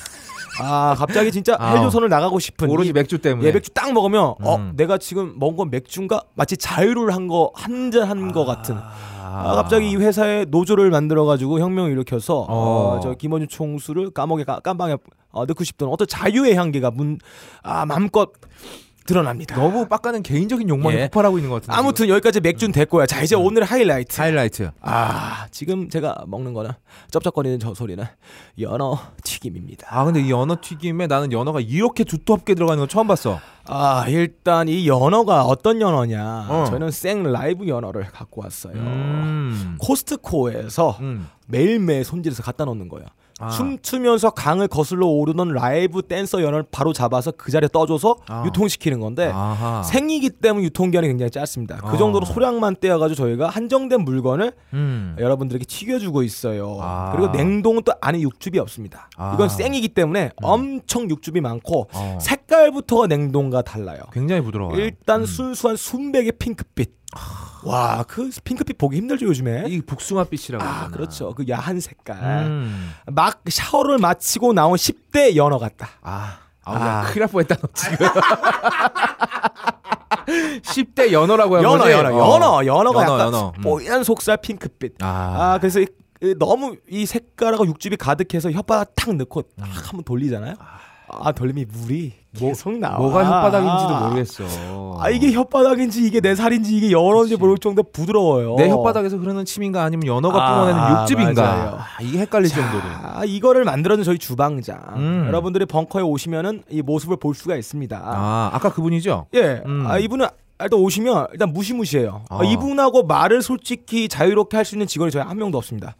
[SPEAKER 1] 갑자기 진짜
[SPEAKER 2] 아.
[SPEAKER 1] 해조선을 나가고 싶은
[SPEAKER 2] 오로지
[SPEAKER 1] 이
[SPEAKER 2] 맥주 때문에.
[SPEAKER 1] 예, 맥주 딱 먹으면 어
[SPEAKER 2] 네. 음.
[SPEAKER 1] 내가 지금 먹은 건 맥주인가 마치 자유를 한 거 한 잔 한 거 같은
[SPEAKER 2] 아,
[SPEAKER 1] 아, 갑자기 이 회사에 노조를 만들어 가지고 혁명을 일으켜서
[SPEAKER 2] 어.
[SPEAKER 1] 어, 저 김원준 총수를 감옥에 가- 감방에 어, 넣고 싶던 어떤 자유의 향기가 문 아, 마음껏 드러납니다.
[SPEAKER 2] 너무 빡가는 개인적인 욕망이
[SPEAKER 1] 예.
[SPEAKER 2] 폭발하고 있는 것 같은데.
[SPEAKER 1] 아무튼 여기까지
[SPEAKER 2] 음.
[SPEAKER 1] 맥주는 됐고요. 자 이제 오늘의 하이라이트.
[SPEAKER 2] 하이라이트.
[SPEAKER 1] 아 지금 제가 먹는 거는 쩝쩝거리는 저 소리는 연어 튀김입니다.
[SPEAKER 2] 아 근데 이 연어 튀김에 나는 연어가 이렇게 두텁게 들어가는 거 처음 봤어.
[SPEAKER 1] 아 일단 이 연어가 어떤 연어냐?
[SPEAKER 2] 어.
[SPEAKER 1] 저는 생 라이브 연어를 갖고 왔어요.
[SPEAKER 2] 음.
[SPEAKER 1] 코스트코에서
[SPEAKER 2] 음.
[SPEAKER 1] 매일매일 손질해서 갖다 놓는 거야.
[SPEAKER 2] 아.
[SPEAKER 1] 춤추면서 강을 거슬러 오르던 라이브 댄서 연을 바로 잡아서 그 자리에 떠줘서
[SPEAKER 2] 아.
[SPEAKER 1] 유통시키는 건데
[SPEAKER 2] 아하.
[SPEAKER 1] 생이기 때문에 유통기한이 굉장히 짧습니다. 그
[SPEAKER 2] 어.
[SPEAKER 1] 정도로 소량만 떼어가지고 저희가 한정된 물건을
[SPEAKER 2] 음.
[SPEAKER 1] 여러분들에게 튀겨주고 있어요.
[SPEAKER 2] 아.
[SPEAKER 1] 그리고 냉동은 또 안에 육즙이 없습니다.
[SPEAKER 2] 아. 음.
[SPEAKER 1] 이건 생이기 때문에 엄청 육즙이 많고
[SPEAKER 2] 어.
[SPEAKER 1] 색깔부터가 냉동과 달라요.
[SPEAKER 2] 굉장히 부드러워요. 음.
[SPEAKER 1] 일단 순수한 순백의 핑크빛. 와, 그 핑크빛 보기 힘들죠 요즘에.
[SPEAKER 2] 이 복숭아빛이라고.
[SPEAKER 1] 아,
[SPEAKER 2] 그러잖아.
[SPEAKER 1] 그렇죠. 그 야한 색깔.
[SPEAKER 2] 음.
[SPEAKER 1] 막 샤워를 마치고 나온 10대 연어 같다.
[SPEAKER 2] 아, 아,
[SPEAKER 1] 아.
[SPEAKER 2] 큰일 날 뻔했다 너 지금. 10대 연어라고 하는
[SPEAKER 1] 연어,
[SPEAKER 2] 거지?
[SPEAKER 1] 연어,
[SPEAKER 2] 어.
[SPEAKER 1] 연어, 연어가
[SPEAKER 2] 연어,
[SPEAKER 1] 약간 뭐
[SPEAKER 2] 연어. 음.
[SPEAKER 1] 뽀얀 속살 핑크빛.
[SPEAKER 2] 아,
[SPEAKER 1] 아, 그래서 이- 이 너무 이 색깔하고 육즙이 가득해서 혓바닥 탁 넣고 딱 한번 돌리잖아요. 아, 돌림이 물이 계속 나와.
[SPEAKER 2] 음. 뭐가 혓바닥인지도 모르겠어.
[SPEAKER 1] 아, 이게 혓바닥인지 이게 내 살인지 이게 연어인지
[SPEAKER 2] 그치.
[SPEAKER 1] 모를 정도 부드러워요.
[SPEAKER 2] 내 혓바닥에서 흐르는 침인가 아니면 연어가
[SPEAKER 1] 어. 아,
[SPEAKER 2] 뿜어내는
[SPEAKER 1] 맞아요.
[SPEAKER 2] 육즙인가? 아, 이게 헷갈릴 정도로.
[SPEAKER 1] 아, 이거를 만들어준 저희 주방장.
[SPEAKER 2] 음.
[SPEAKER 1] 여러분들이 벙커에 오시면은 이 모습을 볼 수가 있습니다.
[SPEAKER 2] 아, 아까 그분이죠?
[SPEAKER 1] 예.
[SPEAKER 2] 음.
[SPEAKER 1] 아, 이분은 일단 오시면 일단 무시무시해요. 아,
[SPEAKER 2] 아.
[SPEAKER 1] 이분하고 말을 솔직히 자유롭게 할 수 있는 직원이 저희 한 명도 없습니다.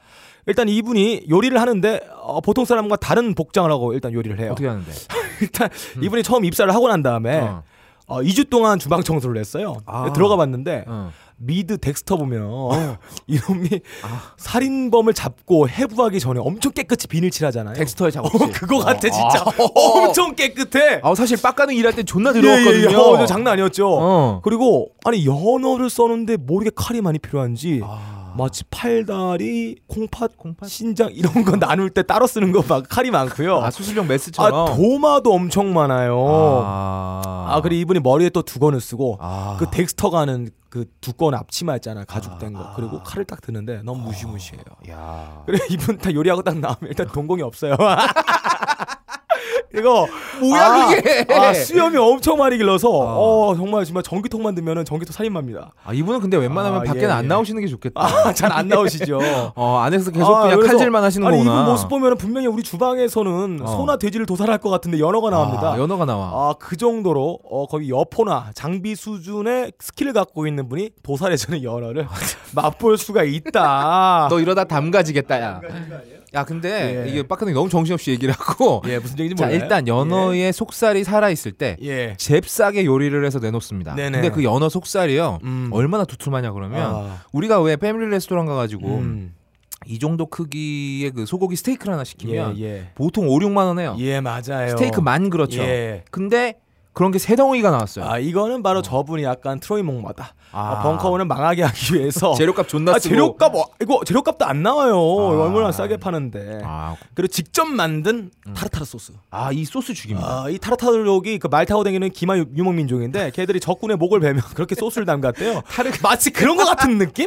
[SPEAKER 1] 일단 이분이 요리를 하는데 어, 보통 사람과 다른 복장을 하고 일단 요리를 해요.
[SPEAKER 2] 어떻게 하는데?
[SPEAKER 1] 일단 이분이 처음 입사를 하고 난 다음에
[SPEAKER 2] 어.
[SPEAKER 1] 어, 2주 동안 주방 청소를 했어요.
[SPEAKER 2] 아.
[SPEAKER 1] 들어가 봤는데
[SPEAKER 2] 어.
[SPEAKER 1] 미드 덱스터 보면 이놈이
[SPEAKER 2] 아.
[SPEAKER 1] 살인범을 잡고 해부하기 전에 엄청 깨끗이 비닐 칠하잖아요.
[SPEAKER 2] 텍스터의 작업실.
[SPEAKER 1] 어, 그거 같아
[SPEAKER 2] 어.
[SPEAKER 1] 진짜
[SPEAKER 2] 아.
[SPEAKER 1] 엄청 깨끗해.
[SPEAKER 2] 아, 사실 빡가는 일할 때 존나
[SPEAKER 1] 예,
[SPEAKER 2] 더러웠거든요.
[SPEAKER 1] 예, 예. 어, 저 장난 아니었죠.
[SPEAKER 2] 어.
[SPEAKER 1] 그리고 아니 연어를 써는데 모르게 칼이 많이 필요한지
[SPEAKER 2] 아.
[SPEAKER 1] 마치 팔다리, 콩팥,
[SPEAKER 2] 콩팥?
[SPEAKER 1] 신장 이런 거 나눌 때 따로 쓰는 거 막 칼이 많고요.
[SPEAKER 2] 아,
[SPEAKER 1] 아,
[SPEAKER 2] 수술용 메스처럼. 어.
[SPEAKER 1] 도마도 엄청 많아요. 아,
[SPEAKER 2] 아.
[SPEAKER 1] 그리고 이분이 머리에 또 두건을 쓰고
[SPEAKER 2] 아.
[SPEAKER 1] 그 덱스터가 하는 그 두꺼운 앞치마 있잖아 가죽된 거.
[SPEAKER 2] 아.
[SPEAKER 1] 그리고 칼을 딱 드는데 너무 무시무시해요.
[SPEAKER 2] 야.
[SPEAKER 1] 그래 이분 다 요리하고 딱 나오면 일단 동공이 없어요. 이거
[SPEAKER 2] 뭐야,
[SPEAKER 1] 아,
[SPEAKER 2] 그게?
[SPEAKER 1] 아, 수염이 엄청 많이 길러서
[SPEAKER 2] 아.
[SPEAKER 1] 어 정말 정말 전기통만 들면은 전기통 살인마입니다.
[SPEAKER 2] 아, 이분은 근데 웬만하면
[SPEAKER 1] 아,
[SPEAKER 2] 밖에는
[SPEAKER 1] 예,
[SPEAKER 2] 안
[SPEAKER 1] 예.
[SPEAKER 2] 나오시는 게 좋겠다.
[SPEAKER 1] 아잘 안 나오시죠.
[SPEAKER 2] 어, 안에서 뭐 계속
[SPEAKER 1] 아,
[SPEAKER 2] 그냥
[SPEAKER 1] 그래서-
[SPEAKER 2] 칼질만 하시는
[SPEAKER 1] 아니,
[SPEAKER 2] 거구나.
[SPEAKER 1] 이분 모습 보면은 분명히 우리 주방에서는
[SPEAKER 2] 어.
[SPEAKER 1] 소나 돼지를 도살할 것 같은데 연어가
[SPEAKER 2] 아,
[SPEAKER 1] 나옵니다.
[SPEAKER 2] 연어가 나와.
[SPEAKER 1] 아 그 정도로 어, 거의 여포나 장비 수준의 스킬을 갖고 있는 분이 도살해주는 연어를 맛볼 수가 있다.
[SPEAKER 2] 너 이러다 담가지겠다 야. 야 근데
[SPEAKER 1] 예.
[SPEAKER 2] 이게 빡가능이 너무 정신없이 얘기를 하고.
[SPEAKER 1] 예 무슨 얘기인지
[SPEAKER 2] 자
[SPEAKER 1] 몰라요.
[SPEAKER 2] 일단 연어의 속살이 살아 있을 때
[SPEAKER 1] 예. 예.
[SPEAKER 2] 잽싸게 요리를 해서 내놓습니다.
[SPEAKER 1] 네네.
[SPEAKER 2] 근데 그 연어 속살이요
[SPEAKER 1] 음.
[SPEAKER 2] 얼마나 두툼하냐 그러면
[SPEAKER 1] 아,
[SPEAKER 2] 우리가 왜 패밀리 레스토랑 가가지고
[SPEAKER 1] 음.
[SPEAKER 2] 이 정도 크기의 그 소고기 스테이크를 하나 시키면
[SPEAKER 1] 예, 예.
[SPEAKER 2] 보통 5, 6만 원 해요.
[SPEAKER 1] 예 맞아요.
[SPEAKER 2] 스테이크 만 그렇죠.
[SPEAKER 1] 예.
[SPEAKER 2] 근데 그런 게 세 덩어리가 나왔어요.
[SPEAKER 1] 아 이거는 바로 저분이 약간 트로이 목마다.
[SPEAKER 2] 아.
[SPEAKER 1] 아, 벙커원을 망하게 하기 위해서
[SPEAKER 2] 재료값 존나
[SPEAKER 1] 아,
[SPEAKER 2] 쓰고.
[SPEAKER 1] 재료값 어, 이거 재료값도 안 나와요.
[SPEAKER 2] 아.
[SPEAKER 1] 얼마나 싸게 파는데.
[SPEAKER 2] 아,
[SPEAKER 1] 그리고 직접 만든 타르타르 소스.
[SPEAKER 2] 아, 이 소스 죽입니다.
[SPEAKER 1] 아, 이 타르타르족이 그 말 타고 다니는 기마 유- 유목 민족인데 걔들이 적군의 목을 베면 그렇게 소스를 담갔대요. 마치 그런 것 같은 느낌?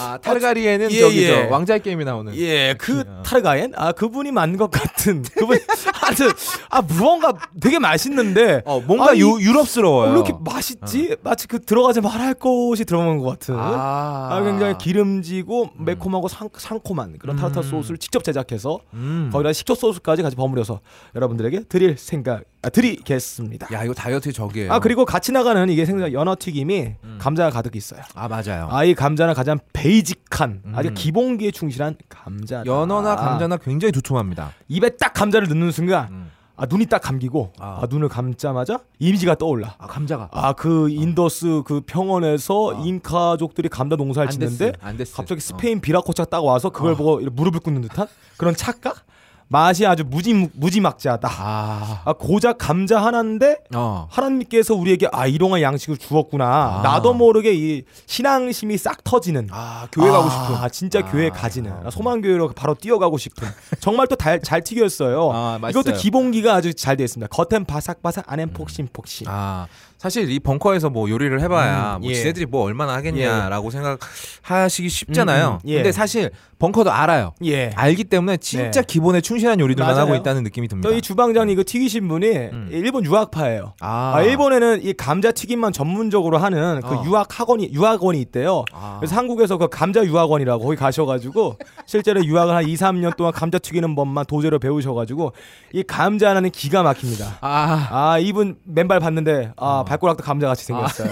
[SPEAKER 2] 아, 타르가리에는
[SPEAKER 1] 예,
[SPEAKER 2] 저기죠.
[SPEAKER 1] 예.
[SPEAKER 2] 왕자의 게임에 나오는.
[SPEAKER 1] 예, 그 타르가엔 아 그분이 만 것 같은 그분 하여튼 아 무언가 되게 맛있는데
[SPEAKER 2] 어, 뭔가
[SPEAKER 1] 아, 이-
[SPEAKER 2] 유, 유럽스러워요. 어.
[SPEAKER 1] 왜 이렇게 맛있지? 마치 그 들어가지 말할 것이 들어간 것 같은. 아.
[SPEAKER 2] 아,
[SPEAKER 1] 굉장히 기름지고 매콤하고 상, 상콤한 그런 타르타르
[SPEAKER 2] 음.
[SPEAKER 1] 소스를 직접 제작해서
[SPEAKER 2] 음.
[SPEAKER 1] 거기다 식초 소스까지 같이 버무려서 여러분들에게 드릴 생각 아, 드리겠습니다.
[SPEAKER 2] 야, 이거 다이어트의 적이에요.
[SPEAKER 1] 아 그리고 같이 나가는 이게 생각 연어 튀김이 감자가 가득 있어요.
[SPEAKER 2] 아, 맞아요.
[SPEAKER 1] 아이 감자는 가장 베이직한 아주
[SPEAKER 2] 음.
[SPEAKER 1] 기본기에 충실한 감자.
[SPEAKER 2] 연어나 감자나 굉장히 두툼합니다.
[SPEAKER 1] 입에 딱 감자를 넣는 순간
[SPEAKER 2] 음.
[SPEAKER 1] 아 눈이 딱 감기고
[SPEAKER 2] 아.
[SPEAKER 1] 아, 눈을 감자마자 이미지가 떠올라.
[SPEAKER 2] 아, 감자가.
[SPEAKER 1] 아 그 인더스 그 평원에서
[SPEAKER 2] 아.
[SPEAKER 1] 잉카족들이 감자 농사를 짓는데
[SPEAKER 2] 안 됐어. 아.
[SPEAKER 1] 갑자기 스페인 비라코차가 딱 와서 그걸 보고 이렇게 무릎을 꿇는 듯한 그런 착각? 맛이 아주 무지 무지막지하다.
[SPEAKER 2] 아,
[SPEAKER 1] 아 고작 감자 하나인데
[SPEAKER 2] 어.
[SPEAKER 1] 하나님께서 우리에게 아 이롱한 양식을 주었구나.
[SPEAKER 2] 아.
[SPEAKER 1] 나도 모르게 이 신앙심이 싹 터지는.
[SPEAKER 2] 아, 교회 가고 싶은.
[SPEAKER 1] 아, 진짜
[SPEAKER 2] 아.
[SPEAKER 1] 교회 가지는. 아, 소망교회로 바로 뛰어가고 싶은. 정말 또 잘 튀겼어요.
[SPEAKER 2] 아, 맛있어요.
[SPEAKER 1] 이것도 기본기가 아주 잘 되어 있습니다. 겉엔 바삭바삭, 안엔 폭신폭신.
[SPEAKER 2] 아, 사실 이 벙커에서 뭐 요리를 해봐야
[SPEAKER 1] 음,
[SPEAKER 2] 뭐
[SPEAKER 1] 예.
[SPEAKER 2] 지네들이 뭐 얼마나 하겠냐라고 생각하시기 쉽잖아요.
[SPEAKER 1] 음, 음, 예.
[SPEAKER 2] 근데 사실 벙커도 알아요.
[SPEAKER 1] 예.
[SPEAKER 2] 알기 때문에 진짜 기본에 충실한 요리들만
[SPEAKER 1] 맞아요.
[SPEAKER 2] 하고 있다는 네. 느낌이 듭니다. 음.
[SPEAKER 1] 저희 주방장이 이거 튀기신 분이 일본 유학파예요.
[SPEAKER 2] 아,
[SPEAKER 1] 아, 일본에는 이 감자 튀김만 전문적으로 하는 그
[SPEAKER 2] 어.
[SPEAKER 1] 유학 학원이 유학원이 있대요.
[SPEAKER 2] 아.
[SPEAKER 1] 그래서 한국에서 그 감자 유학원이라고 거기 가셔가지고 실제로 유학을 한 2, 3년 동안 감자 튀기는 법만 도제로 배우셔가지고 이 감자 하나는 기가 막힙니다.
[SPEAKER 2] 아,
[SPEAKER 1] 아 이분 맨발
[SPEAKER 2] 어.
[SPEAKER 1] 봤는데 아 발가락도 감자 같이 생겼어요.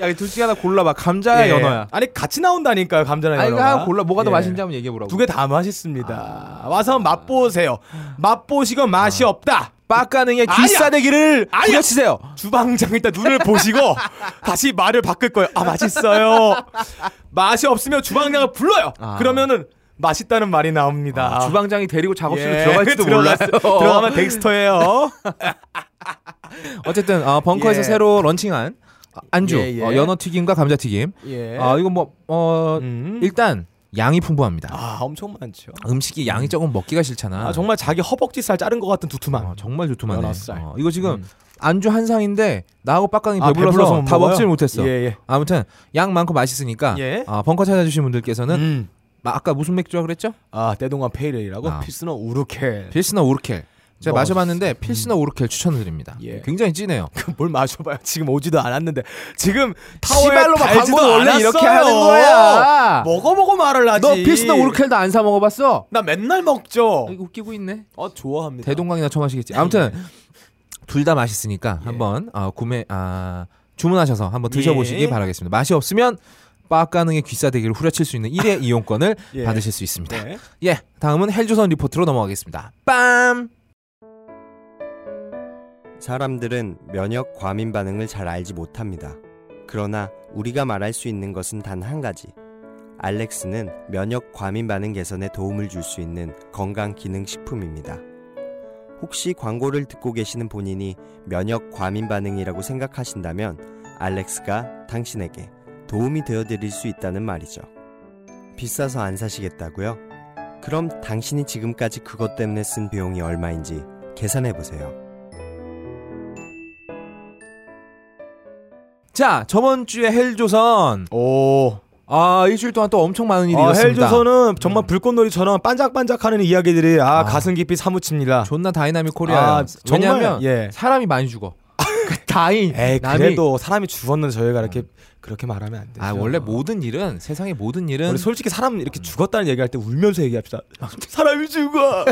[SPEAKER 2] 야이 둘 중에 하나 골라봐. 감자야
[SPEAKER 1] 예.
[SPEAKER 2] 연어야.
[SPEAKER 1] 아니 같이 나온다니까요 감자랑
[SPEAKER 2] 아 이거
[SPEAKER 1] 연어가.
[SPEAKER 2] 하나 골라. 뭐가 더
[SPEAKER 1] 예.
[SPEAKER 2] 맛있는지 한번 얘기해 보라고. 아.
[SPEAKER 1] 두 개 다 맛있습니다. 와서 맛보세요. 맛보시고 맛이 없다.
[SPEAKER 2] 빡가능의
[SPEAKER 1] 아니야.
[SPEAKER 2] 귀싸대기를
[SPEAKER 1] 아니야.
[SPEAKER 2] 부려치세요.
[SPEAKER 1] 주방장 일단 눈을 보시고 다시 말을 바꿀 거예요. 아 맛있어요. 맛이 없으면 주방장을 불러요.
[SPEAKER 2] 아.
[SPEAKER 1] 그러면은 맛있다는 말이 나옵니다.
[SPEAKER 2] 주방장이 데리고 작업실로
[SPEAKER 1] 예,
[SPEAKER 2] 아. 들어갈지도 몰라요.
[SPEAKER 1] 아, 들어갔어요. 들어가면 덱스터예요.
[SPEAKER 2] 어쨌든 어, 벙커에서
[SPEAKER 1] 예.
[SPEAKER 2] 새로 런칭한 안주
[SPEAKER 1] 예, 예.
[SPEAKER 2] 어, 연어 튀김과 감자 튀김.
[SPEAKER 1] 예.
[SPEAKER 2] 아 이거 뭐어
[SPEAKER 1] 음.
[SPEAKER 2] 일단 양이 풍부합니다.
[SPEAKER 1] 아 엄청 많죠.
[SPEAKER 2] 음식이 양이 조금 먹기가 싫잖아.
[SPEAKER 1] 아, 정말 자기 허벅지 살 자른 것 같은 두툼함.
[SPEAKER 2] 어, 정말 좋더만.
[SPEAKER 1] 연어 살.
[SPEAKER 2] 어, 이거 지금
[SPEAKER 1] 음.
[SPEAKER 2] 안주 한 상인데 나하고 빡강이
[SPEAKER 1] 아,
[SPEAKER 2] 배불러서,
[SPEAKER 1] 배불러서 못
[SPEAKER 2] 다
[SPEAKER 1] 먹어요?
[SPEAKER 2] 먹질 못했어.
[SPEAKER 1] 예, 예.
[SPEAKER 2] 아무튼 양 많고 맛있으니까
[SPEAKER 1] 예.
[SPEAKER 2] 아, 벙커 찾아주신 분들께서는
[SPEAKER 1] 음.
[SPEAKER 2] 마- 아까 무슨 맥주라 그랬죠?
[SPEAKER 1] 아 때동안 페이레이라고
[SPEAKER 2] 아.
[SPEAKER 1] 필스너 우르켈.
[SPEAKER 2] 필스너 오르켈. 제가
[SPEAKER 1] 너무
[SPEAKER 2] 마셔봤는데 필스너 오르켈 추천드립니다.
[SPEAKER 1] 뭐. 예.
[SPEAKER 2] 굉장히 진해요.
[SPEAKER 1] 뭘 마셔봐요. 지금 오지도 않았는데 지금 타워에
[SPEAKER 2] 시발로 막
[SPEAKER 1] 달지도
[SPEAKER 2] 광고 원래
[SPEAKER 1] 않았어요.
[SPEAKER 2] 이렇게 하는 거야.
[SPEAKER 1] 먹어 먹어 말을 하지.
[SPEAKER 2] 너 필스너 오르켈도 안 사 먹어봤어?
[SPEAKER 1] 나 맨날 먹죠.
[SPEAKER 2] 아, 이거 웃기고 있네.
[SPEAKER 1] 어 좋아합니다.
[SPEAKER 2] 대동강이나 처음 하시겠지. 아무튼 둘 다 맛있으니까
[SPEAKER 1] 예.
[SPEAKER 2] 한번 어, 구매 아 주문하셔서 한번 드셔보시기
[SPEAKER 1] 예.
[SPEAKER 2] 바라겠습니다. 맛이 없으면 빠가능의 귀싸대기를 후려칠 수 있는 1회 이용권을
[SPEAKER 1] 예.
[SPEAKER 2] 받으실 수 있습니다.
[SPEAKER 1] 네.
[SPEAKER 2] 예, 다음은 헬조선 리포트로 넘어가겠습니다. 빰!
[SPEAKER 4] 사람들은 면역 과민 반응을 잘 알지 못합니다. 그러나 우리가 말할 수 있는 것은 단 한 가지. 알렉스는 면역 과민 반응 개선에 도움을 줄 수 있는 건강 기능 식품입니다. 혹시 광고를 듣고 계시는 본인이 면역 과민 반응이라고 생각하신다면 알렉스가 당신에게 도움이 되어 드릴 수 있다는 말이죠. 비싸서 안 사시겠다고요? 그럼 당신이 지금까지 그것 때문에 쓴 비용이 얼마인지 계산해 보세요.
[SPEAKER 2] 자, 저번 주에 헬조선
[SPEAKER 1] 오.
[SPEAKER 2] 아 일주일 동안 또 엄청 많은 일이
[SPEAKER 1] 아,
[SPEAKER 2] 있었습니다. 음.
[SPEAKER 1] 헬조선은 정말 불꽃놀이처럼 반짝반짝하는 이야기들이 아,
[SPEAKER 2] 아.
[SPEAKER 1] 가슴 깊이 사무칩니다.
[SPEAKER 2] 존나 다이나믹 코리아.
[SPEAKER 1] 아,
[SPEAKER 2] 요
[SPEAKER 1] 정말,
[SPEAKER 2] 왜냐하면
[SPEAKER 1] 예.
[SPEAKER 2] 사람이 많이 죽어. 그 다이.
[SPEAKER 1] 에이
[SPEAKER 2] 남이- 음.
[SPEAKER 1] 그래도 사람이 죽었는데 저희가 이렇게 그렇게 말하면 안 되죠.
[SPEAKER 2] 아 원래 음. 모든 일은 세상의 모든 일은
[SPEAKER 1] 우리 솔직히 사람 이렇게 죽었다는 얘기할 때 울면서 얘기합시다.
[SPEAKER 2] 아,
[SPEAKER 1] 사람이 죽어.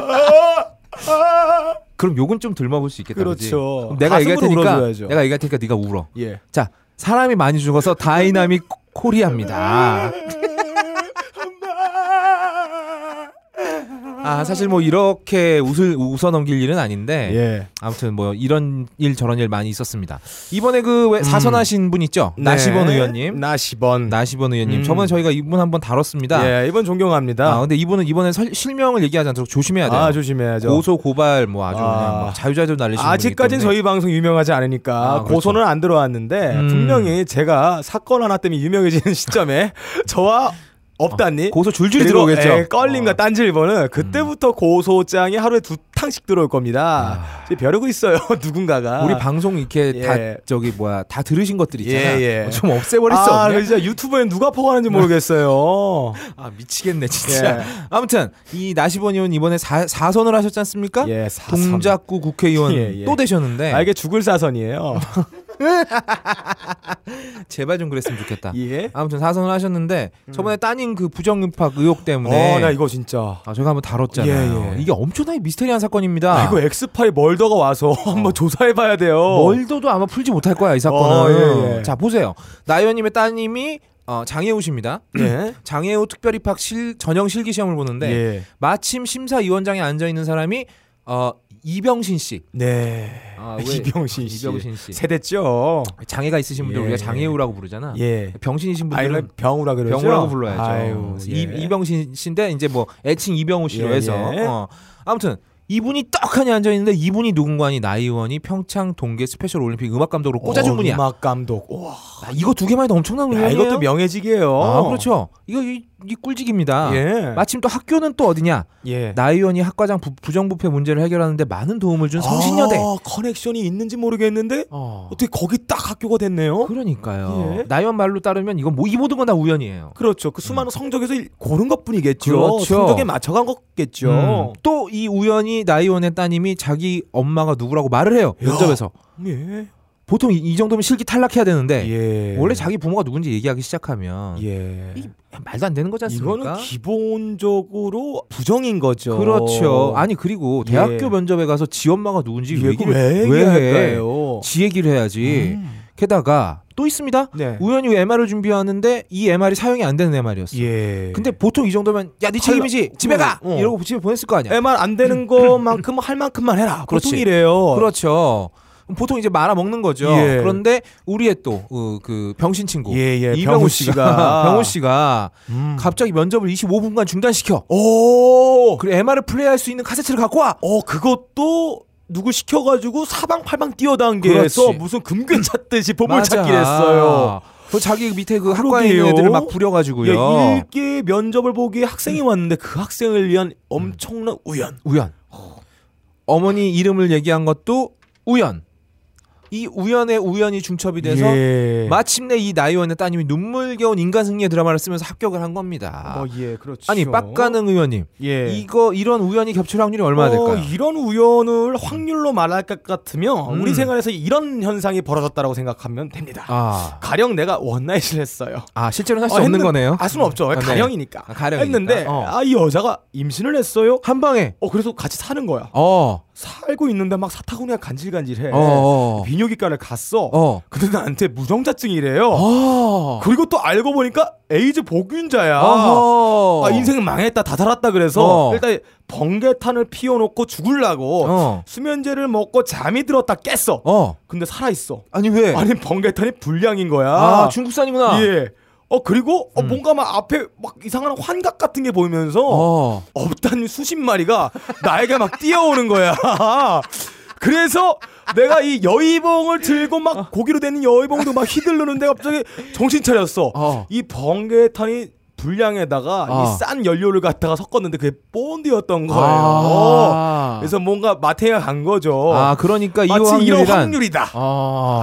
[SPEAKER 2] 그럼 욕은 좀 덜 먹을 수 있겠다. 그지?
[SPEAKER 1] 그렇죠.
[SPEAKER 2] 그럼 내가 얘기할
[SPEAKER 1] 가슴으로
[SPEAKER 2] 테니까
[SPEAKER 1] 울어줘야죠.
[SPEAKER 2] 내가 얘기할 테니까 네가 울어.
[SPEAKER 1] 예.
[SPEAKER 2] 자 사람이 많이 죽어서 다이나믹 코리아입니다. 아 사실 뭐 이렇게 웃을 웃어 넘길 일은 아닌데
[SPEAKER 1] 예.
[SPEAKER 2] 아무튼 뭐 이런 일 저런 일 많이 있었습니다. 이번에 그 왜 사선하신 분 있죠 나시번
[SPEAKER 1] 네.
[SPEAKER 2] 의원님.
[SPEAKER 1] 나시번.
[SPEAKER 2] 나시번 의원님
[SPEAKER 1] 음.
[SPEAKER 2] 저번에 저희가 이분 한번 다뤘습니다.
[SPEAKER 1] 예, 이번
[SPEAKER 2] 아
[SPEAKER 1] 존경합니다.
[SPEAKER 2] 근데 이분은 이번에 설- 실명을 얘기하지 않도록 조심해야
[SPEAKER 1] 아,
[SPEAKER 2] 돼요.
[SPEAKER 1] 조심해야죠.
[SPEAKER 2] 고소 고발 뭐 아주
[SPEAKER 1] 아.
[SPEAKER 2] 그냥 막 자유자재로 날리시는 분이기
[SPEAKER 1] 아직까진
[SPEAKER 2] 때문에.
[SPEAKER 1] 저희 방송 유명하지 않으니까
[SPEAKER 2] 아, 그렇죠.
[SPEAKER 1] 고소는 안 들어왔는데
[SPEAKER 2] 음.
[SPEAKER 1] 분명히 제가 사건 하나 때문에 유명해지는 시점에 저와 없다니
[SPEAKER 2] 아,
[SPEAKER 1] 예,
[SPEAKER 2] 고소 줄줄이 들어오겠죠. 음.
[SPEAKER 1] 껄림과 딴질보는 그때부터 고소장이 하루에 두 탕씩 들어올 겁니다. 이제 벼르고 있어요 누군가가.
[SPEAKER 2] 아. 우리 방송 이렇게
[SPEAKER 1] 예.
[SPEAKER 2] 다 저기 뭐야 다 들으신 것들 있잖아. 뭐
[SPEAKER 1] 예, 예.
[SPEAKER 2] 좀 없애버릴 수
[SPEAKER 1] 아,
[SPEAKER 2] 없네.
[SPEAKER 1] 진짜 유튜브에 누가 퍼가는지 모르겠어요.
[SPEAKER 2] 아 미치겠네
[SPEAKER 1] 예.
[SPEAKER 2] 진짜. 아무튼 이 나시본 의원 이번에 사, 사선을 하셨지 않습니까?
[SPEAKER 1] 예, 사선.
[SPEAKER 2] 동작구 국회의원
[SPEAKER 1] 예, 예.
[SPEAKER 2] 또 되셨는데
[SPEAKER 1] 아 이게 죽을 사선이에요.
[SPEAKER 2] 제발 좀 그랬으면 좋겠다.
[SPEAKER 1] 예. 음.
[SPEAKER 2] 아무튼 사선을 하셨는데 저번에 따님 그 부정입학 의혹 때문에
[SPEAKER 1] 어, 나 이거 진짜.
[SPEAKER 2] 아, 저희가 한번 다뤘잖아요.
[SPEAKER 1] 예, 예.
[SPEAKER 2] 이게 엄청나게 미스테리한 사건입니다.
[SPEAKER 1] 아, 이거 엑스파일 멀더가 와서 한번 조사해봐야 돼요.
[SPEAKER 2] 어. 멀더도 아마 풀지 못할 거야 이 사건은.
[SPEAKER 1] 어, 예, 예.
[SPEAKER 2] 자 보세요. 나 의원님의 따님이 어, 장애우십니다.
[SPEAKER 1] 예.
[SPEAKER 2] 장애우 특별입학 실, 전형 실기 시험을 보는데
[SPEAKER 1] 예.
[SPEAKER 2] 마침 심사위원장에 앉아 있는 사람이 어, 이병신 씨.
[SPEAKER 1] 네.
[SPEAKER 2] 아, 왜-
[SPEAKER 1] 이병신 씨.
[SPEAKER 2] 이병신 씨.
[SPEAKER 1] 세대죠.
[SPEAKER 2] 장애가 있으신 분들
[SPEAKER 1] 예.
[SPEAKER 2] 우리가 장애우라고 부르잖아.
[SPEAKER 1] 예.
[SPEAKER 2] 병신이신
[SPEAKER 1] 아, 이거
[SPEAKER 2] 분들은
[SPEAKER 1] 병우라 그러죠.
[SPEAKER 2] 병우라고 불러야죠.
[SPEAKER 1] 아유, 예.
[SPEAKER 2] 이, 이병신 씨인데 이제 뭐 애칭 이병우 씨로
[SPEAKER 1] 예,
[SPEAKER 2] 해서
[SPEAKER 1] 예.
[SPEAKER 2] 어. 아무튼 이분이 떡하니 앉아 있는데 이분이 누군가니 나 의원이 평창 동계 스페셜 올림픽 음악 감독으로 꽂아준
[SPEAKER 1] 어,
[SPEAKER 2] 분이야.
[SPEAKER 1] 음악 감독. 와.
[SPEAKER 2] 아, 이거 두 개만 해도 엄청난
[SPEAKER 1] 야,
[SPEAKER 2] 의원이에요.
[SPEAKER 1] 이것도 명예직이에요.
[SPEAKER 2] 아, 그렇죠. 이거 이, 이 꿀직입니다.
[SPEAKER 1] 예.
[SPEAKER 2] 마침 또 학교는 또 어디냐?
[SPEAKER 1] 예.
[SPEAKER 2] 나 의원이 학과장 부, 부정부패 문제를 해결하는데 많은 도움을 준 성신여대.
[SPEAKER 1] 아, 커넥션이 있는지 모르겠는데
[SPEAKER 2] 어.
[SPEAKER 1] 어떻게 거기 딱 학교가 됐네요.
[SPEAKER 2] 그러니까요.
[SPEAKER 1] 예.
[SPEAKER 2] 나연 말로 따르면 이건 뭐 이 모든 건 다 우연이에요.
[SPEAKER 1] 그렇죠. 그 수많은 성적에서 일- 고른 것뿐이겠죠.
[SPEAKER 2] 음. 그렇죠.
[SPEAKER 1] 성적에 맞춰간 거겠죠.
[SPEAKER 2] 또 이 우연히 나이원의 따님이 자기 엄마가 누구라고 말을 해요.
[SPEAKER 1] 야.
[SPEAKER 2] 면접에서.
[SPEAKER 1] 예.
[SPEAKER 2] 보통 이, 이 정도면 실기 탈락해야 되는데
[SPEAKER 1] 예.
[SPEAKER 2] 네. 원래 자기 부모가 누군지 얘기하기 시작하면
[SPEAKER 1] 예.
[SPEAKER 2] 이- 말도 안 되는 거지 않습니까?
[SPEAKER 1] 이거는 기본적으로 부정인 거죠.
[SPEAKER 2] 그렇죠. 아니 그리고
[SPEAKER 1] 예.
[SPEAKER 2] 대학교 면접에 가서 지 엄마가 누군지
[SPEAKER 1] 이게
[SPEAKER 2] 얘기를
[SPEAKER 1] 왜
[SPEAKER 2] 왜 해?
[SPEAKER 1] 얘기할까요? 음.
[SPEAKER 2] 지 얘기를 해야지. 게다가 또 있습니다.
[SPEAKER 1] 네.
[SPEAKER 2] 우연히 MR을 준비하는데 이 MR이 사용이 안 되는 MR이었어. 요
[SPEAKER 1] 예.
[SPEAKER 2] 근데 보통 이 정도면 야 네 책임이지 집에 가
[SPEAKER 1] 어.
[SPEAKER 2] 이러고 집에 보냈을 거 아니야.
[SPEAKER 1] MR 안 되는 것만큼 할 만큼만 해라.
[SPEAKER 2] 그렇지.
[SPEAKER 1] 보통 이래요.
[SPEAKER 2] 그렇죠. 보통 이제 말아 먹는 거죠.
[SPEAKER 1] 어. 예.
[SPEAKER 2] 그런데 우리의 또 그 병신 친구
[SPEAKER 1] 예, 예.
[SPEAKER 2] 이병호
[SPEAKER 1] 병호
[SPEAKER 2] 씨가
[SPEAKER 1] 씨가.
[SPEAKER 2] 병호 씨가
[SPEAKER 1] 음.
[SPEAKER 2] 갑자기 면접을 25분간 중단시켜.
[SPEAKER 1] 오.
[SPEAKER 2] 그리고 MR을 플레이할 수 있는 카세트를 갖고 와.
[SPEAKER 1] 어 그것도 누구 시켜가지고 사방팔방 뛰어당겨서
[SPEAKER 2] 그렇지.
[SPEAKER 1] 무슨 금괴 찾듯이 보물
[SPEAKER 2] 맞아.
[SPEAKER 1] 찾기를 했어요.
[SPEAKER 2] 그 자기 밑에 그 학과에
[SPEAKER 1] 그러게요.
[SPEAKER 2] 있는 애들을 막
[SPEAKER 1] 예,
[SPEAKER 2] 부려가지고요.
[SPEAKER 1] 일기 면접을 보기에 학생이 왔는데 그 학생을 위한 엄청난 우연.
[SPEAKER 2] 우연. 어머니 이름을 얘기한 것도 우연. 이 우연에 우연이 중첩이 돼서
[SPEAKER 1] 예.
[SPEAKER 2] 마침내 이 나이원의 따님이 눈물겨운 인간 승리의 드라마를 쓰면서 합격을 한 겁니다.
[SPEAKER 1] 어, 예, 그렇죠.
[SPEAKER 2] 아. 아니 빡가능 의원님,
[SPEAKER 1] 예.
[SPEAKER 2] 이거 이런 우연이 겹칠 확률이 얼마나
[SPEAKER 1] 어,
[SPEAKER 2] 될까요?
[SPEAKER 1] 이런 우연을 확률로 말할 것 같으면
[SPEAKER 2] 음.
[SPEAKER 1] 우리 생활에서 이런 현상이 벌어졌다라고 생각하면 됩니다.
[SPEAKER 2] 아,
[SPEAKER 1] 가령 내가 원나잇을 했어요.
[SPEAKER 2] 아 실제로 는 할 수
[SPEAKER 1] 어,
[SPEAKER 2] 없는
[SPEAKER 1] 했는-
[SPEAKER 2] 거네요.
[SPEAKER 1] 알 수는 없죠.
[SPEAKER 2] 아, 네.
[SPEAKER 1] 가령이니까.
[SPEAKER 2] 아, 가령이니까.
[SPEAKER 1] 했는데
[SPEAKER 2] 어.
[SPEAKER 1] 아 이 여자가 임신을 했어요.
[SPEAKER 2] 한 방에.
[SPEAKER 1] 어 그래서 같이 사는 거야.
[SPEAKER 2] 어,
[SPEAKER 1] 살고 있는데 막 사타구니가 간질간질해.
[SPEAKER 2] 어, 어,
[SPEAKER 1] 비뇨기과를 갔어.
[SPEAKER 2] 어,
[SPEAKER 1] 근데 나한테 무정자증이래요.
[SPEAKER 2] 어.
[SPEAKER 1] 그리고 또 알고 보니까 에이즈 복균자야.
[SPEAKER 2] 어허.
[SPEAKER 1] 아, 인생 망했다 다 살았다 그래서
[SPEAKER 2] 어.
[SPEAKER 1] 일단 번개탄을 피워놓고 죽을라고
[SPEAKER 2] 어,
[SPEAKER 1] 수면제를 먹고 잠이 들었다 깼어.
[SPEAKER 2] 어.
[SPEAKER 1] 근데 살아 있어.
[SPEAKER 2] 아니 왜?
[SPEAKER 1] 아니 번개탄이 불량인 거야.
[SPEAKER 2] 네. 아, 중국산이구나.
[SPEAKER 1] 예. 어 그리고 어,
[SPEAKER 2] 음.
[SPEAKER 1] 뭔가 막 앞에 막 이상한 환각 같은 게 보이면서
[SPEAKER 2] 어.
[SPEAKER 1] 없다는 수십 마리가 나에게 막 뛰어오는 거야. 그래서 내가 이 여의봉을 들고 막 고기로 되는 여의봉도 막 휘둘르는데 갑자기 정신 차렸어.
[SPEAKER 2] 어.
[SPEAKER 1] 이 번개탄이 불량에다가
[SPEAKER 2] 아.
[SPEAKER 1] 이 싼 연료를 갖다가 섞었는데 그게 본드였던 거예요.
[SPEAKER 2] 아.
[SPEAKER 1] 그래서 뭔가 마태가 간 거죠.
[SPEAKER 2] 아, 그러니까 이
[SPEAKER 1] 어. 마치 이런
[SPEAKER 2] 확률이란
[SPEAKER 1] 확률이다.
[SPEAKER 2] 아.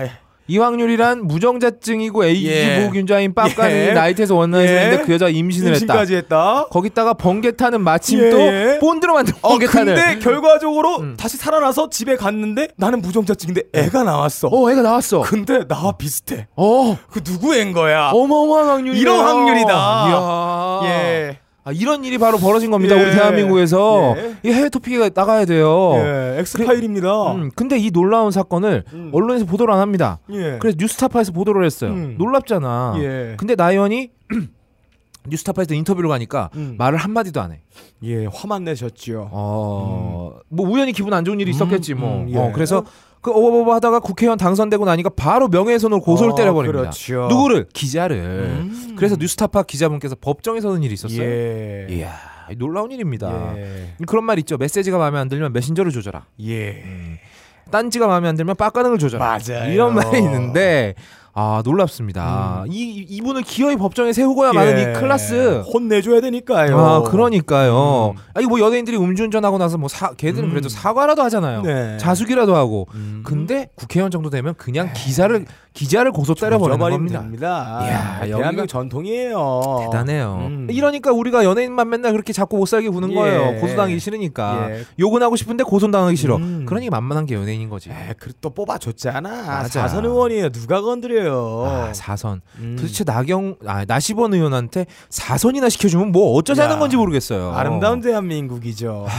[SPEAKER 1] 아,
[SPEAKER 2] 이 확률이란 무정자증이고 에이즈
[SPEAKER 1] 예.
[SPEAKER 2] 보균자인 빡가는
[SPEAKER 1] 예.
[SPEAKER 2] 나이트에서 원나잇을
[SPEAKER 1] 예.
[SPEAKER 2] 했는데 그 여자 임신을 했다.
[SPEAKER 1] 임신까지 했다.
[SPEAKER 2] 거기다가 번개탄은 마침
[SPEAKER 1] 예,
[SPEAKER 2] 또
[SPEAKER 1] 예.
[SPEAKER 2] 본드로 만든
[SPEAKER 1] 어,
[SPEAKER 2] 번개탄을.
[SPEAKER 1] 근데 결과적으로
[SPEAKER 2] 음.
[SPEAKER 1] 다시 살아나서 집에 갔는데 나는 무정자증인데 애가 나왔어.
[SPEAKER 2] 어, 애가 나왔어.
[SPEAKER 1] 근데 나와 비슷해.
[SPEAKER 2] 어,
[SPEAKER 1] 그 누구 애인 거야?
[SPEAKER 2] 아, 어마어마한 확률이야.
[SPEAKER 1] 이런 확률이다.
[SPEAKER 2] 이야.
[SPEAKER 1] 예.
[SPEAKER 2] 아, 이런 일이 바로 벌어진 겁니다.
[SPEAKER 1] 예.
[SPEAKER 2] 우리 대한민국에서
[SPEAKER 1] 예.
[SPEAKER 2] 이 해외 토픽에 나가야 돼요.
[SPEAKER 1] 예, 엑스파일입니다.
[SPEAKER 2] 어. 음, 근데 이 놀라운 사건을
[SPEAKER 1] 음.
[SPEAKER 2] 언론에서 보도를 안 합니다.
[SPEAKER 1] 예.
[SPEAKER 2] 그래서 뉴스타파에서 보도를 했어요.
[SPEAKER 1] 음.
[SPEAKER 2] 놀랍잖아.
[SPEAKER 1] 예.
[SPEAKER 2] 근데 나연이 뉴스타파에서 인터뷰를 가니까
[SPEAKER 1] 음.
[SPEAKER 2] 말을 한 마디도 안 해.
[SPEAKER 1] 예, 화만 내셨지요.
[SPEAKER 2] 어, 뭐 우연히 기분 안 좋은 일이
[SPEAKER 1] 음,
[SPEAKER 2] 있었겠지 뭐.
[SPEAKER 1] 음, 예.
[SPEAKER 2] 어, 그래서 그 어버버버 하다가 국회의원 당선되고 나니까 바로 명예훼손으로 고소를
[SPEAKER 1] 어,
[SPEAKER 2] 때려버립니다.
[SPEAKER 1] 그렇죠.
[SPEAKER 2] 누구를? 기자를.
[SPEAKER 1] 음.
[SPEAKER 2] 네. 그래서 뉴스타파 기자분께서 법정에 서는 일이 있었어요.
[SPEAKER 1] 예.
[SPEAKER 2] 이야, 놀라운 일입니다.
[SPEAKER 1] 예.
[SPEAKER 2] 그런 말 있죠. 메시지가 마음에 안 들면 메신저를 조져라.
[SPEAKER 1] 예.
[SPEAKER 2] 딴지가 마음에 안 들면 빡가능을 조져라.
[SPEAKER 1] 맞아요.
[SPEAKER 2] 음. 이런 말이 있는데 아 놀랍습니다. 이 이분을 기어이 법정에 세우고야 마는
[SPEAKER 1] 음. 예.
[SPEAKER 2] 이 클라스.
[SPEAKER 1] 혼내줘야 되니까요.
[SPEAKER 2] 아 그러니까요.
[SPEAKER 1] 음.
[SPEAKER 2] 아니 뭐 연예인들이 음주운전하고 나서 뭐 사, 걔들은
[SPEAKER 1] 음.
[SPEAKER 2] 그래도 사과라도 하잖아요.
[SPEAKER 1] 네.
[SPEAKER 2] 자숙이라도 하고.
[SPEAKER 1] 음. 네.
[SPEAKER 2] 근데 국회의원 정도 되면 그냥 기사를 기자를 고소 때려버리는
[SPEAKER 1] 조져버리면
[SPEAKER 2] 겁니다.
[SPEAKER 1] 됩니다.
[SPEAKER 2] 이야, 여기가
[SPEAKER 1] 대한민국 전통이에요.
[SPEAKER 2] 대단해요.
[SPEAKER 1] 음.
[SPEAKER 2] 이러니까 우리가 연예인만 맨날 그렇게 자꾸 못 살게 구는
[SPEAKER 1] 예.
[SPEAKER 2] 거예요. 고소당하기 싫으니까
[SPEAKER 1] 예.
[SPEAKER 2] 욕은 하고 싶은데 고소 당하기 싫어.
[SPEAKER 1] 음. 아,
[SPEAKER 2] 그러니 만만한 게 연예인인 거지.
[SPEAKER 1] 에, 그또 뽑아줬잖아.
[SPEAKER 2] 맞아.
[SPEAKER 1] 사선 의원이에요. 누가 건드려요?
[SPEAKER 2] 아 사선.
[SPEAKER 1] 음.
[SPEAKER 2] 도대체 나경 아 나시번 의원한테 사선이나 시켜주면 뭐 어쩌자는
[SPEAKER 1] 야,
[SPEAKER 2] 건지 모르겠어요.
[SPEAKER 1] 아름다운 대한민국이죠.
[SPEAKER 2] 아,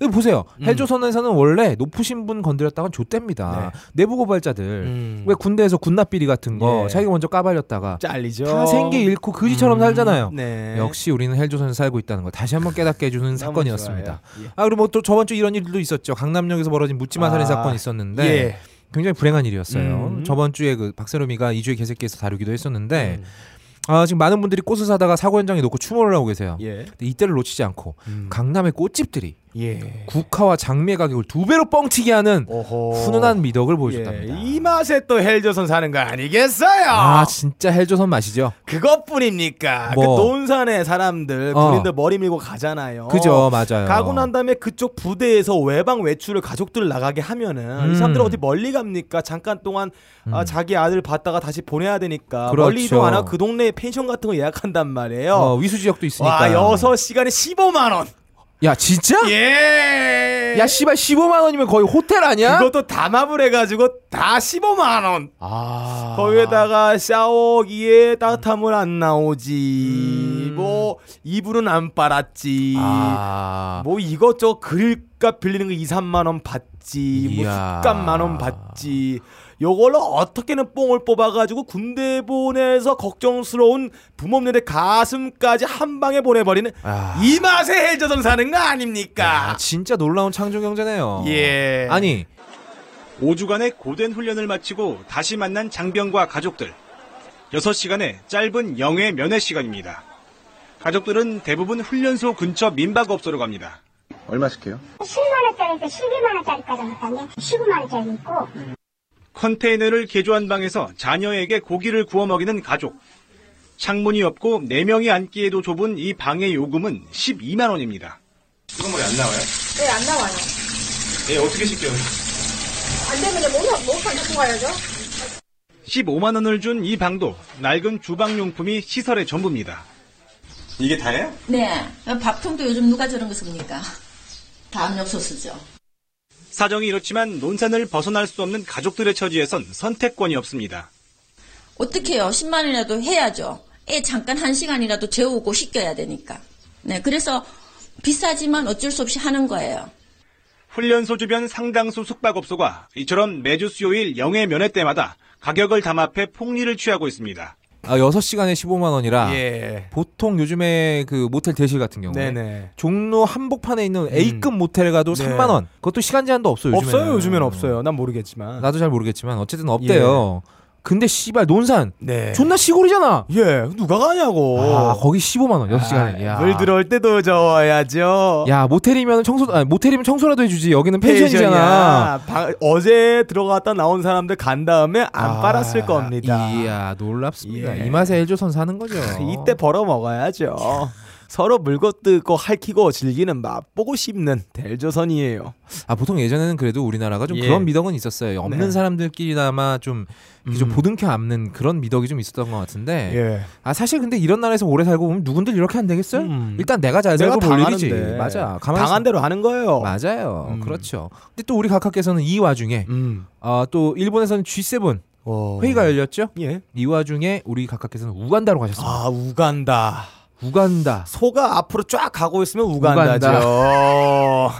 [SPEAKER 2] 이거 보세요.
[SPEAKER 1] 음.
[SPEAKER 2] 헬조선에서는 원래 높으신 분 건드렸다간 좆됩니다. 내부 고발자들
[SPEAKER 1] 네. 음.
[SPEAKER 2] 왜 군대에서 군납 비리 같은 거
[SPEAKER 1] 예.
[SPEAKER 2] 자기가 먼저 까발렸다가
[SPEAKER 1] 잘리죠?
[SPEAKER 2] 다 생계 잃고 거지처럼 살잖아요.
[SPEAKER 1] 네.
[SPEAKER 2] 역시 우리는 헬조선에 살고 있다는 걸 다시 한번 깨닫게 해주는
[SPEAKER 1] 너무
[SPEAKER 2] 사건이었습니다.
[SPEAKER 1] 좋아요. 예.
[SPEAKER 2] 아 그리고 뭐또 저번 주 이런 일도 있었죠. 강남역에서 벌어진 묻지마 살인
[SPEAKER 1] 아,
[SPEAKER 2] 사건이 있었는데
[SPEAKER 1] 예.
[SPEAKER 2] 굉장히 불행한 일이었어요.
[SPEAKER 1] 음.
[SPEAKER 2] 저번 주에 그 박세롬이가 이주의 개새끼에서 다루기도 했었는데 아 지금 많은 분들이 꽃을 사다가 사고 현장에 놓고 추모를 하고 계세요.
[SPEAKER 1] 예.
[SPEAKER 2] 근데 이때를 놓치지 않고
[SPEAKER 1] 음.
[SPEAKER 2] 강남의 꽃집들이
[SPEAKER 1] 예.
[SPEAKER 2] 국화와 장미의 가격을 두 배로 뻥튀기 하는
[SPEAKER 1] 오호.
[SPEAKER 2] 훈훈한 미덕을 보여줬답니다.
[SPEAKER 1] 어. 예. 이 맛에 또 헬조선 사는 거 아니겠어요?
[SPEAKER 2] 아 진짜 헬조선 맛이죠.
[SPEAKER 1] 그것뿐입니까?
[SPEAKER 2] 뭐.
[SPEAKER 1] 그 논산의 사람들
[SPEAKER 2] 어.
[SPEAKER 1] 군인들 머리 밀고 가잖아요.
[SPEAKER 2] 그죠 맞아요.
[SPEAKER 1] 어. 가고 난 다음에 그쪽 부대에서 외방 외출을 가족들 나가게 하면은
[SPEAKER 2] 음.
[SPEAKER 1] 이 사람들 어디 멀리 갑니까? 잠깐 동안 아,
[SPEAKER 2] 음.
[SPEAKER 1] 자기 아들 봤다가 다시 보내야 되니까
[SPEAKER 2] 그렇죠.
[SPEAKER 1] 멀리 이동 안 하고 그 동네 펜션 같은 거 예약한단 말이에요.
[SPEAKER 2] 어, 위수 지역도 있으니까.
[SPEAKER 1] 와 여섯 시간에 15만 원.
[SPEAKER 2] 야 진짜?
[SPEAKER 1] 예.
[SPEAKER 2] 야 씨발 15만 원이면 거의 호텔 아니야?
[SPEAKER 1] 그것도 담합을 해가지고 다 15만 원.
[SPEAKER 2] 아
[SPEAKER 1] 거기에다가 샤워기에 따뜻함은 안 나오지.
[SPEAKER 2] 음.
[SPEAKER 1] 뭐 이불은 안 빨았지.
[SPEAKER 2] 아.
[SPEAKER 1] 뭐 이것저것 그릴값 빌리는 거 2, 3만 원 받지. 뭐
[SPEAKER 2] 이야.
[SPEAKER 1] 숯값 만원 받지. 요걸로 어떻게든 뽕을 뽑아가지고 군대 보내서 걱정스러운 부모님의 가슴까지 한 방에 보내버리는
[SPEAKER 2] 아.
[SPEAKER 1] 이 맛에 헬조선 사는 거 아닙니까?
[SPEAKER 2] 아, 진짜 놀라운 창조 경제네요.
[SPEAKER 1] 예.
[SPEAKER 2] 아니
[SPEAKER 5] 5주간의 고된 훈련을 마치고 다시 만난 장병과 가족들. 6시간의 짧은 영해 면회 시간입니다. 가족들은 대부분 훈련소 근처 민박업소로 갑니다.
[SPEAKER 6] 얼마 시켜요?
[SPEAKER 7] 10만원짜리니까 12만원짜리까지 못하네. 15만원짜리 있고.
[SPEAKER 5] 컨테이너를 개조한 방에서 자녀에게 고기를 구워 먹이는 가족. 창문이 없고 4명이 앉기에도 좁은 이 방의 요금은 12만원입니다. 수돗물이 안 나와요?
[SPEAKER 8] 네, 안 나와요.
[SPEAKER 5] 예, 어떻게 시켜요?
[SPEAKER 8] 안 되면 그냥 목욕, 목욕탕 갖고 가야죠.
[SPEAKER 5] 15만원을 준 이 방도 낡은 주방용품이 시설의 전부입니다. 이게 다예요?
[SPEAKER 9] 네. 밥통도 요즘 누가 저런 거 씁니까? 다 압력소 쓰죠.
[SPEAKER 5] 사정이 이렇지만 논산을 벗어날 수 없는 가족들의 처지에선 선택권이 없습니다.
[SPEAKER 9] 어떻게 해요? 10만이라도 해야죠. 애 잠깐 한 시간이라도 재우고 씻겨야 되니까. 네. 그래서 비싸지만 어쩔 수 없이 하는 거예요.
[SPEAKER 5] 훈련소 주변 상당수 숙박업소가 이처럼 매주 수요일 영해 면회 때마다 가격을 담합해 폭리를 취하고 있습니다.
[SPEAKER 2] 아, 6시간에 15만 원이라
[SPEAKER 1] 예.
[SPEAKER 2] 보통 요즘에 그 모텔 대실 같은 경우에
[SPEAKER 1] 네네. 음.
[SPEAKER 2] 종로 한복판에 있는 A급 모텔 가도
[SPEAKER 1] 네.
[SPEAKER 2] 3만 원. 그것도 시간 제한도 없어요. 요즘에는.
[SPEAKER 1] 없어요 요즘엔 없어요. 난 모르겠지만.
[SPEAKER 2] 나도 잘 모르겠지만 어쨌든 없대요. 근데 씨발 논산
[SPEAKER 1] 네.
[SPEAKER 2] 존나 시골이잖아.
[SPEAKER 1] 예. 누가 가냐고.
[SPEAKER 2] 아 거기 15만 원 6시간에.
[SPEAKER 1] 아,
[SPEAKER 2] 야.
[SPEAKER 1] 물 들어올 때도 저어야죠.
[SPEAKER 2] 야 모텔이면 청소 아 모텔이면 청소라도 해주지 여기는
[SPEAKER 1] 펜션이야.
[SPEAKER 2] 펜션이잖아.
[SPEAKER 1] 방- 어제 들어갔다 나온 사람들 간 다음에 안
[SPEAKER 2] 아,
[SPEAKER 1] 빨았을 겁니다.
[SPEAKER 2] 이야 놀랍습니다.
[SPEAKER 1] 예.
[SPEAKER 2] 이 맛에 일조선 사는 거죠.
[SPEAKER 1] 이때 벌어 먹어야죠. 서로 물고 뜯고 할퀴고 즐기는 맛보고 씹는 델조선이에요.
[SPEAKER 2] 아 보통 예전에는 그래도 우리나라가 좀
[SPEAKER 1] 예.
[SPEAKER 2] 그런 미덕은 있었어요. 없는
[SPEAKER 1] 네.
[SPEAKER 2] 사람들끼리나마 좀, 이렇게 좀
[SPEAKER 1] 음.
[SPEAKER 2] 보등켜 앉는 그런 미덕이 좀 있었던 것 같은데.
[SPEAKER 1] 예.
[SPEAKER 2] 아 사실 근데 이런 나라에서 오래 살고 보면 누군들 이렇게 안 되겠어요?
[SPEAKER 1] 음.
[SPEAKER 2] 일단 내가 잘
[SPEAKER 1] 내가
[SPEAKER 2] 살고 볼 일이지.
[SPEAKER 1] 당하는데.
[SPEAKER 2] 맞아. 가만히
[SPEAKER 1] 당한 대로 하는 거예요.
[SPEAKER 2] 있- 맞아요.
[SPEAKER 1] 음.
[SPEAKER 2] 그렇죠. 근데 또 우리 각하께서는 이 와중에
[SPEAKER 1] 음.
[SPEAKER 2] 아, 또 일본에서는 G7
[SPEAKER 1] 어.
[SPEAKER 2] 회의가 열렸죠.
[SPEAKER 1] 예.
[SPEAKER 2] 이 와중에 우리 각하께서는 우간다로 가셨습니다.
[SPEAKER 1] 아 우간다.
[SPEAKER 2] 우간다.
[SPEAKER 1] 소가 앞으로 쫙 가고 있으면 우간다죠.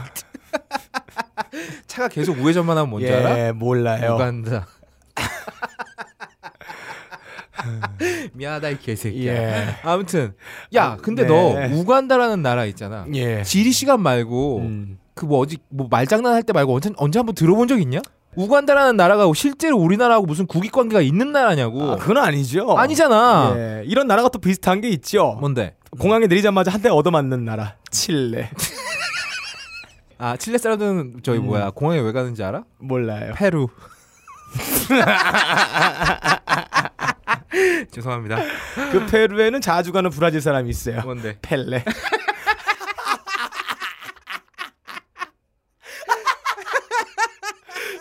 [SPEAKER 2] 차가 계속 우회전만 하면 뭔지 알아?
[SPEAKER 1] 예, 몰라요.
[SPEAKER 2] 우간다. 미안하다 이 개새끼야.
[SPEAKER 1] 예.
[SPEAKER 2] 아무튼 야 근데
[SPEAKER 1] 네.
[SPEAKER 2] 너 우간다라는 나라 있잖아.
[SPEAKER 1] 예.
[SPEAKER 2] 지리 시간 말고
[SPEAKER 1] 음.
[SPEAKER 2] 그 뭐 어디 뭐 말장난 할 때 말고 언제 언제 한번 들어본 적 있냐? 우간다라는 나라가 실제로 우리나라하고 무슨 국익 관계가 있는 나라냐고.
[SPEAKER 1] 아, 그건 아니죠.
[SPEAKER 2] 아니잖아.
[SPEAKER 1] 예, 이런 나라가 또 비슷한 게 있죠.
[SPEAKER 2] 뭔데?
[SPEAKER 1] 공항에 내리자마자 한 대 얻어맞는 나라. 칠레.
[SPEAKER 2] 아 칠레 사람들은 저기
[SPEAKER 1] 음.
[SPEAKER 2] 뭐야 공항에 왜 가는지 알아?
[SPEAKER 1] 몰라요.
[SPEAKER 2] 페루. 죄송합니다.
[SPEAKER 1] 그 페루에는 자주 가는 브라질 사람이 있어요.
[SPEAKER 2] 뭔데?
[SPEAKER 1] 펠레.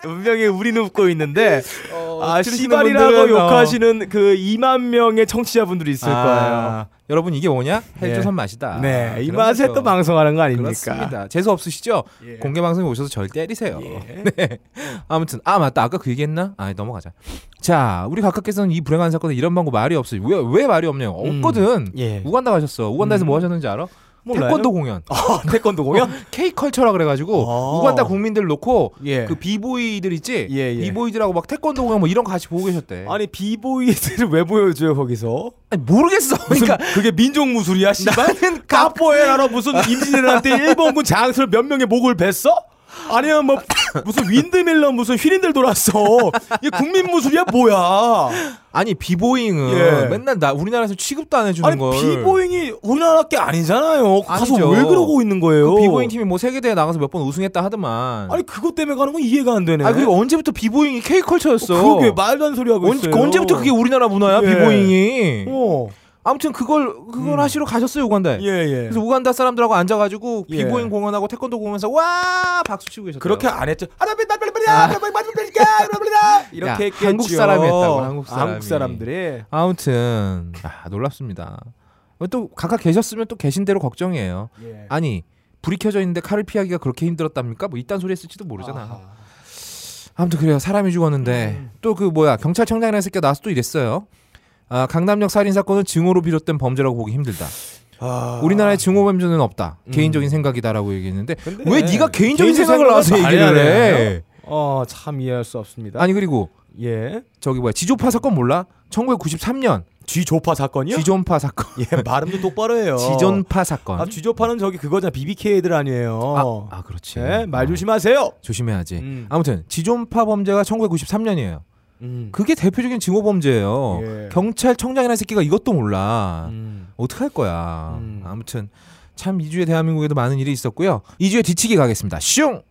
[SPEAKER 1] 분명히 우리는 웃고 있는데 아
[SPEAKER 2] 어, 들으시는
[SPEAKER 1] 씨발이라고
[SPEAKER 2] 분들은, 어.
[SPEAKER 1] 욕하시는 그 2만 명의 청취자분들이 있을
[SPEAKER 2] 아,
[SPEAKER 1] 거예요.
[SPEAKER 2] 여러분 이게 뭐냐?
[SPEAKER 1] 예.
[SPEAKER 2] 헬조선 맛이다.
[SPEAKER 1] 네, 이
[SPEAKER 2] 아, 그런
[SPEAKER 1] 맛에
[SPEAKER 2] 거죠.
[SPEAKER 1] 또 방송하는 거 아닙니까?
[SPEAKER 2] 그렇습니다. 재수 없으시죠?
[SPEAKER 1] 예.
[SPEAKER 2] 공개 방송에 오셔서 절 때리세요. 네. 아무튼 아 맞다 아까 그 얘기했나? 아 넘어가자. 자 우리 각하께서는 이 불행한 사건에 이런 방법 말이 없어요. 왜왜 말이 없냐요? 없거든.
[SPEAKER 1] 예. 음.
[SPEAKER 2] 우간다 가셨어. 우간다에서 뭐 하셨는지 알아?
[SPEAKER 1] 몰라요.
[SPEAKER 2] 태권도 공연.
[SPEAKER 1] 아, 태권도
[SPEAKER 2] 어,
[SPEAKER 1] 공연?
[SPEAKER 2] K 컬처라 그래가지고
[SPEAKER 1] 아.
[SPEAKER 2] 우간다 국민들 놓고
[SPEAKER 1] 예.
[SPEAKER 2] 그 비보이들 있지?
[SPEAKER 1] 예, 예.
[SPEAKER 2] 비보이들하고 막 태권도 공연 뭐 이런 거 같이 보고 계셨대.
[SPEAKER 1] 아니 비보이들을 왜 보여줘요 거기서?
[SPEAKER 2] 아니, 모르겠어.
[SPEAKER 1] 무슨
[SPEAKER 2] 그러니까
[SPEAKER 1] 그게 민족 무술이야, 씨발? 카포에라로 무슨 임진왜란때 일본군 장수를 몇 명의 목을 뱄어? 아니면 뭐 무슨 윈드밀러 무슨 휘린들 돌았어? 이게 국민 무술이야 뭐야?
[SPEAKER 2] 아니 비보잉은
[SPEAKER 1] 예.
[SPEAKER 2] 맨날 나 우리나라에서 취급도 안 해주는
[SPEAKER 1] 아니
[SPEAKER 2] 걸.
[SPEAKER 1] 비보잉이 우리나라 게 아니잖아요. 가서
[SPEAKER 2] 아니죠.
[SPEAKER 1] 왜 그러고 있는 거예요?
[SPEAKER 2] 그 비보잉 팀이 뭐 세계대회 나가서 몇 번 우승했다 하더만.
[SPEAKER 1] 아니 그것 때문에 가는 건 이해가 안 되네. 어,
[SPEAKER 2] 아 그리고 언제부터 비보잉이 K컬처였어?
[SPEAKER 1] 그게 말도 안 소리 하고
[SPEAKER 2] 언,
[SPEAKER 1] 있어요.
[SPEAKER 2] 언제부터 그게 우리나라 문화야
[SPEAKER 1] 예.
[SPEAKER 2] 비보잉이?
[SPEAKER 1] 어, 음.
[SPEAKER 2] 아무튼 그걸 그걸 하시러 가셨어요 우간다에.
[SPEAKER 1] 예 예.
[SPEAKER 2] 네. 그래서 우간다 사람들하고 앉아가지고
[SPEAKER 1] 예.
[SPEAKER 2] 비보잉 공연하고 태권도 공연에서 와 박수 치고 계셨대요.
[SPEAKER 1] 그렇게 안 했죠. 아, 나 빨리 빨리 빨리 아, 빨리 빨리 빨리 빨리
[SPEAKER 2] 야,
[SPEAKER 1] 이렇게 했겠죠.
[SPEAKER 2] 한국 사람이 했다고, 한국
[SPEAKER 1] 아,
[SPEAKER 2] 사람이.
[SPEAKER 1] 한국 사람들이 음.
[SPEAKER 2] 아무튼 아, 놀랍습니다. 또 각각 계셨으면 또 계신 대로 걱정이에요.
[SPEAKER 1] 예.
[SPEAKER 2] 아니 불이 켜져 있는데 칼을 피하기가 그렇게 힘들었답니까? 뭐 이딴 소리 했을지도 모르잖아. 아무튼 그래요. 사람이 죽었는데
[SPEAKER 1] 음.
[SPEAKER 2] 또 그 뭐야 경찰청장이라는 새끼가 나와서 또 이랬어요. 아, 강남역 살인 사건은 증오로 비롯된 범죄라고 보기 힘들다.
[SPEAKER 1] 아. 음.
[SPEAKER 2] 우리나라에 증오 범죄는 없다. 개인적인 생각이다라고 얘기했는데
[SPEAKER 1] 근데
[SPEAKER 2] 왜 네가 개인적인
[SPEAKER 1] 개인적
[SPEAKER 2] 생각을 나서
[SPEAKER 1] 생각을
[SPEAKER 2] 얘기를
[SPEAKER 1] 말해야
[SPEAKER 2] 해?
[SPEAKER 1] 되나요? 어, 참 이해할 수 없습니다.
[SPEAKER 2] 아니 그리고
[SPEAKER 1] 예.
[SPEAKER 2] 저기 뭐야 지조파 사건 몰라? 1993년
[SPEAKER 1] 쥐조파 사건이요?
[SPEAKER 2] 지존파 사건
[SPEAKER 1] 예, 발음도 똑바로 해요.
[SPEAKER 2] 지존파 사건
[SPEAKER 1] 아, 쥐조파는 저기 그거잖아. BBK 애들 아니에요.
[SPEAKER 2] 아, 아, 그렇지
[SPEAKER 1] 예, 말
[SPEAKER 2] 어,
[SPEAKER 1] 조심하세요.
[SPEAKER 2] 조심해야지
[SPEAKER 1] 음.
[SPEAKER 2] 아무튼 지존파 범죄가 1993년이에요
[SPEAKER 1] 음.
[SPEAKER 2] 그게 대표적인 징후 범죄예요
[SPEAKER 1] 예.
[SPEAKER 2] 경찰청장이라는 새끼가 이것도 몰라
[SPEAKER 1] 음.
[SPEAKER 2] 어떡할 거야
[SPEAKER 1] 음.
[SPEAKER 2] 아무튼 참 2주에 대한민국에도 많은 일이 있었고요 2주에 뒤치기 가겠습니다 슝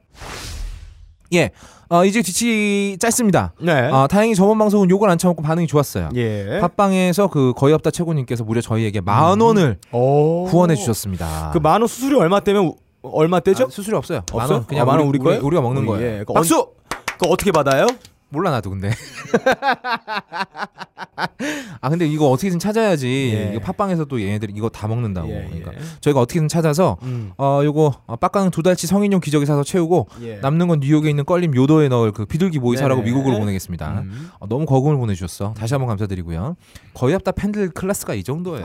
[SPEAKER 2] 예, 어, 이제 뒤치기 짧습니다.
[SPEAKER 1] 네.
[SPEAKER 2] 아, 다행히 저번 방송은 욕을 안 참았고 반응이 좋았어요.
[SPEAKER 1] 예.
[SPEAKER 2] 팟빵에서 그 거의 없다 최고님께서 무려 저희에게 만 원을
[SPEAKER 1] 음. 오.
[SPEAKER 2] 후원해 주셨습니다.
[SPEAKER 1] 그 만원 수수료 얼마 때면 우- 얼마 때죠?
[SPEAKER 2] 아, 수수료 없어요.
[SPEAKER 1] 없어요?
[SPEAKER 2] 만원 그냥
[SPEAKER 1] 아, 만원
[SPEAKER 2] 우리,
[SPEAKER 1] 우리 거예요?
[SPEAKER 2] 우리, 가 먹는
[SPEAKER 1] 우리,
[SPEAKER 2] 거예요.
[SPEAKER 1] 예, 그거
[SPEAKER 2] 박수.
[SPEAKER 1] 그거 어떻게 받아요?
[SPEAKER 2] 몰라 나도 근데. 아 근데 이거 어떻게든 찾아야지.
[SPEAKER 1] 예.
[SPEAKER 2] 이거 팟빵에서 또 얘네들이 이거 다 먹는다고.
[SPEAKER 1] 예,
[SPEAKER 2] 그러니까
[SPEAKER 1] 예.
[SPEAKER 2] 저희가 어떻게든 찾아서
[SPEAKER 1] 음.
[SPEAKER 2] 어 요거 어, 빡가는 두 달치 성인용 기저귀 사서 채우고
[SPEAKER 1] 예.
[SPEAKER 2] 남는 건 뉴욕에 있는 껄림 요도에 넣을 그 비둘기 모이 사라고
[SPEAKER 1] 네네.
[SPEAKER 2] 미국으로 보내겠습니다.
[SPEAKER 1] 음.
[SPEAKER 2] 어, 너무 거금을 보내주셨어. 다시 한번 감사드리고요. 거의 없다 팬들 클래스가 이 정도예요.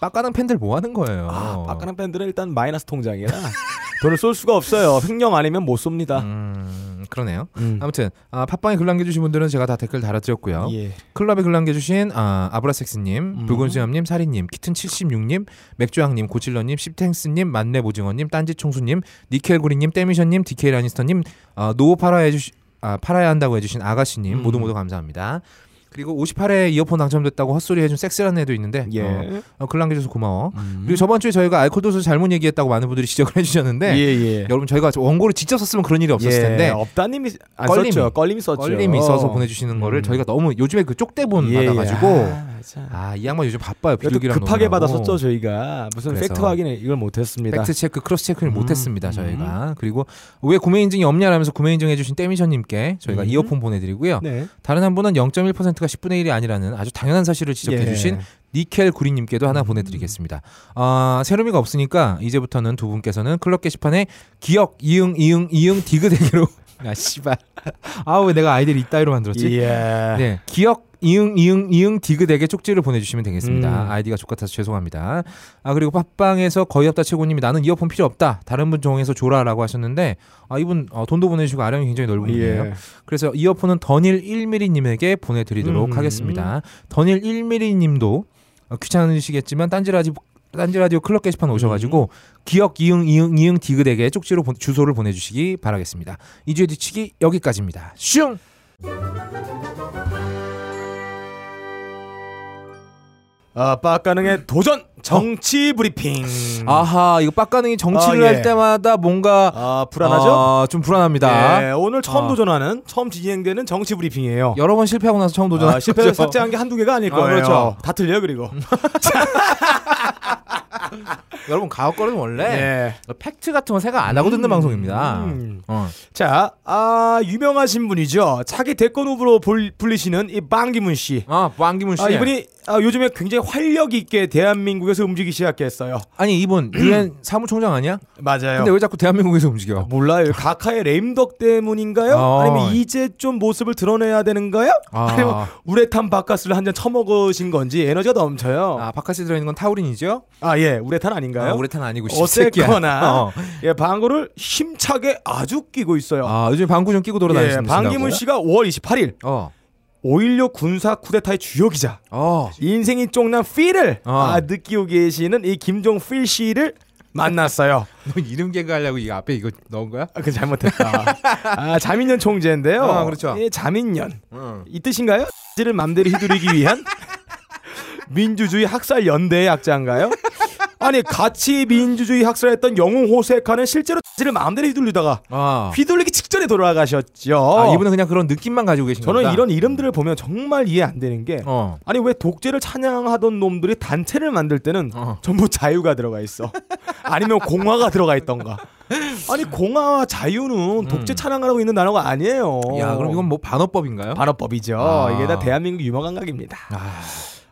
[SPEAKER 2] 빡가는 팬들 뭐 하는 거예요?
[SPEAKER 1] 아, 박가랑 밴드는 일단 마이너스 통장이라 돈을 쏠 수가 없어요. 횡령 아니면 못 쏩니다.
[SPEAKER 2] 음, 어? 그러네요.
[SPEAKER 1] 음.
[SPEAKER 2] 아무튼 아, 팟빵에 글 남겨주신 분들은 제가 다 댓글 달아드렸고요.
[SPEAKER 1] 예.
[SPEAKER 2] 클럽에 글 남겨주신 아, 아브라섹스님,
[SPEAKER 1] 음.
[SPEAKER 2] 붉은수염님, 사리님, 키튼76님, 맥주왕님, 고칠러님, 십탱스님, 만렙오징어님, 딴지총수님, 니켈구리님, 때미션님, 디케이 라니스터님, 아, 노후 팔아야, 해주시, 아, 팔아야 한다고 해주신 아가씨님
[SPEAKER 1] 음.
[SPEAKER 2] 모두 모두 감사합니다. 그리고 58회 이어폰 당첨됐다고 헛소리 해준 섹스라는 애도 있는데
[SPEAKER 1] 예.
[SPEAKER 2] 어, 어, 글 남겨줘서 고마워.
[SPEAKER 1] 음.
[SPEAKER 2] 그리고 저번 주에 저희가 알코올 도수 잘못 얘기했다고 많은 분들이 지적을 해주셨는데
[SPEAKER 1] 예, 예.
[SPEAKER 2] 여러분 저희가 원고를 직접 썼으면 그런 일이 네. 없었을 텐데
[SPEAKER 1] 업다님이 안
[SPEAKER 2] 껄림이.
[SPEAKER 1] 썼죠. 껄림이 썼죠.
[SPEAKER 2] 껄림이 있어서 보내주시는 거를
[SPEAKER 1] 음.
[SPEAKER 2] 저희가 너무 요즘에 그
[SPEAKER 1] 예,
[SPEAKER 2] 쪽대본
[SPEAKER 1] 예.
[SPEAKER 2] 받아가지고
[SPEAKER 1] 아, 참.
[SPEAKER 2] 아 이 양반 요즘 바빠요
[SPEAKER 1] 이것도
[SPEAKER 2] 비둘기랑
[SPEAKER 1] 급하게
[SPEAKER 2] 노느라고.
[SPEAKER 1] 받았었죠 저희가 무슨
[SPEAKER 2] 그래서.
[SPEAKER 1] 팩트 확인을 이걸 못했습니다.
[SPEAKER 2] 팩트 체크 크로스 체크를
[SPEAKER 1] 음,
[SPEAKER 2] 못했습니다 저희가 그리고 왜 구매 인증이 없냐라면서 구매 인증 해주신 때미션님께 저희가
[SPEAKER 1] 음.
[SPEAKER 2] 이어폰 보내드리고요
[SPEAKER 1] 네.
[SPEAKER 2] 다른 한 분은 0.1%가 10분의 1이 아니라는 아주 당연한 사실을 지적해주신
[SPEAKER 1] 예.
[SPEAKER 2] 니켈 구리님께도 하나 보내드리겠습니다. 아 세로미가 없으니까 이제부터는 두 분께서는 클럽 게시판에 기억 이응 이응 이응 디그 대기로 아 씨발 아왜 내가 아이들 이따위로 만들었지?
[SPEAKER 1] 예.
[SPEAKER 2] 네. 기억 이응 이응 이응 디귿에게 쪽지를 보내주시면 되겠습니다.
[SPEAKER 1] 음.
[SPEAKER 2] 아이디가 족같아서 죄송합니다. 아 그리고 팟빵에서 거의 없다 최고님이 나는 이어폰 필요 없다. 다른 분 정해서 줘라라고 하셨는데 아 이분 어, 돈도 보내주시고 아량이 굉장히 넓은 분이에요.
[SPEAKER 1] 예.
[SPEAKER 2] 그래서 이어폰은 던일 1mm님에게 보내드리도록
[SPEAKER 1] 음.
[SPEAKER 2] 하겠습니다. 던일 1mm님도 어, 귀찮으시겠지만 딴지라디오 딴지라디오 클럽 게시판 오셔가지고
[SPEAKER 1] 음.
[SPEAKER 2] 기억 이응 이응 이응 디귿에게 쪽지로 보- 주소를 보내주시기 바라겠습니다. 이주의 뒤치기 여기까지입니다. 슝.
[SPEAKER 1] 아, 빠가능의 도전 정치 브리핑.
[SPEAKER 2] 음. 아하 이거 빡가능이
[SPEAKER 1] 아,
[SPEAKER 2] 정치를
[SPEAKER 1] 예.
[SPEAKER 2] 할 때마다 뭔가
[SPEAKER 1] 아, 불안하죠?
[SPEAKER 2] 어, 좀 불안합니다.
[SPEAKER 1] 예, 오늘 처음
[SPEAKER 2] 아.
[SPEAKER 1] 도전하는 처음 진행되는 정치 브리핑이에요.
[SPEAKER 2] 여러 번 실패하고 나서 처음 도전하죠.
[SPEAKER 1] 아, 실패를 삭제한 게 한두 개가 아닐
[SPEAKER 2] 아,
[SPEAKER 1] 거예요.
[SPEAKER 2] 그렇죠.
[SPEAKER 1] 다 틀려 요 그리고.
[SPEAKER 2] 여러분 가옥걸은 원래
[SPEAKER 1] 예.
[SPEAKER 2] 팩트 같은 건 생각 안 네. 하고 듣는 방송입니다.
[SPEAKER 1] 음.
[SPEAKER 2] 어.
[SPEAKER 1] 자, 아, 유명하신 분이죠. 차기 대권 후보로 볼- 불리시는 이 빵기문 씨.
[SPEAKER 2] 아 왕기문 씨
[SPEAKER 1] 아, 이분이 아, 요즘에 굉장히 활력 있게 대한민국에서 움직이기 시작했어요.
[SPEAKER 2] 아니 이분 유엔 사무총장 아니야?
[SPEAKER 1] 맞아요.
[SPEAKER 2] 근데 왜 자꾸 대한민국에서 움직여?
[SPEAKER 1] 몰라요. 각하의 레임덕 때문인가요?
[SPEAKER 2] 어.
[SPEAKER 1] 아니면 이제 좀 모습을 드러내야 되는가요?
[SPEAKER 2] 아.
[SPEAKER 1] 아. 니면 우레탄 바카스를 한 잔 처먹으신 건지 에너지가 넘쳐요. 아,
[SPEAKER 2] 아 바깥에 들어있는 건 타우린이죠?
[SPEAKER 1] 예, 우레탄 아닌가요?
[SPEAKER 2] 아, 우레탄 아니고 씨, 새끼야.
[SPEAKER 1] 어쨌거나
[SPEAKER 2] 어.
[SPEAKER 1] 예 방구를 힘차게 아주 끼고 있어요.
[SPEAKER 2] 아 요즘 방구 좀 끼고
[SPEAKER 1] 예,
[SPEAKER 2] 돌아다니시는
[SPEAKER 1] 방기문 씨가 5월 28일
[SPEAKER 2] 어.
[SPEAKER 1] 5.16 군사 쿠데타의 주요 기자
[SPEAKER 2] 어.
[SPEAKER 1] 인생이 쫑난 필을
[SPEAKER 2] 어.
[SPEAKER 1] 아, 느끼고 계시는 이 김종필 씨를 만났어요.
[SPEAKER 2] 너 이름 개그하려고 이 앞에 이거 넣은 거야?
[SPEAKER 1] 아, 그 잘못했다. 아, 자민련 총재인데요.
[SPEAKER 2] 아, 그렇죠. 어.
[SPEAKER 1] 예, 자민련. 이 뜻인가요? 를 맘대로 휘두르기 위한 민주주의 학살 연대의 약자인가요? 아니 같이 민주주의 학살했던 영웅 호세카는 실제로 를 마음대로 휘둘리다가
[SPEAKER 2] 아.
[SPEAKER 1] 휘둘리기 직전에 돌아가셨죠.
[SPEAKER 2] 아 이분은 그냥 그런 느낌만 가지고 계신 거다.
[SPEAKER 1] 저는 이런 이름들을 보면 정말 이해 안 되는 게
[SPEAKER 2] 어.
[SPEAKER 1] 아니 왜 독재를 찬양하던 놈들이 단체를 만들 때는
[SPEAKER 2] 어.
[SPEAKER 1] 전부 자유가 들어가 있어 아니면 공화가 들어가 있던가 아니 공화와 자유는 독재 찬양하고 있는 단어가 아니에요
[SPEAKER 2] 음. 야 그럼 이건 뭐 반어법인가요?
[SPEAKER 1] 반어법이죠
[SPEAKER 2] 아.
[SPEAKER 1] 이게 다 대한민국 유머 감각입니다
[SPEAKER 2] 아.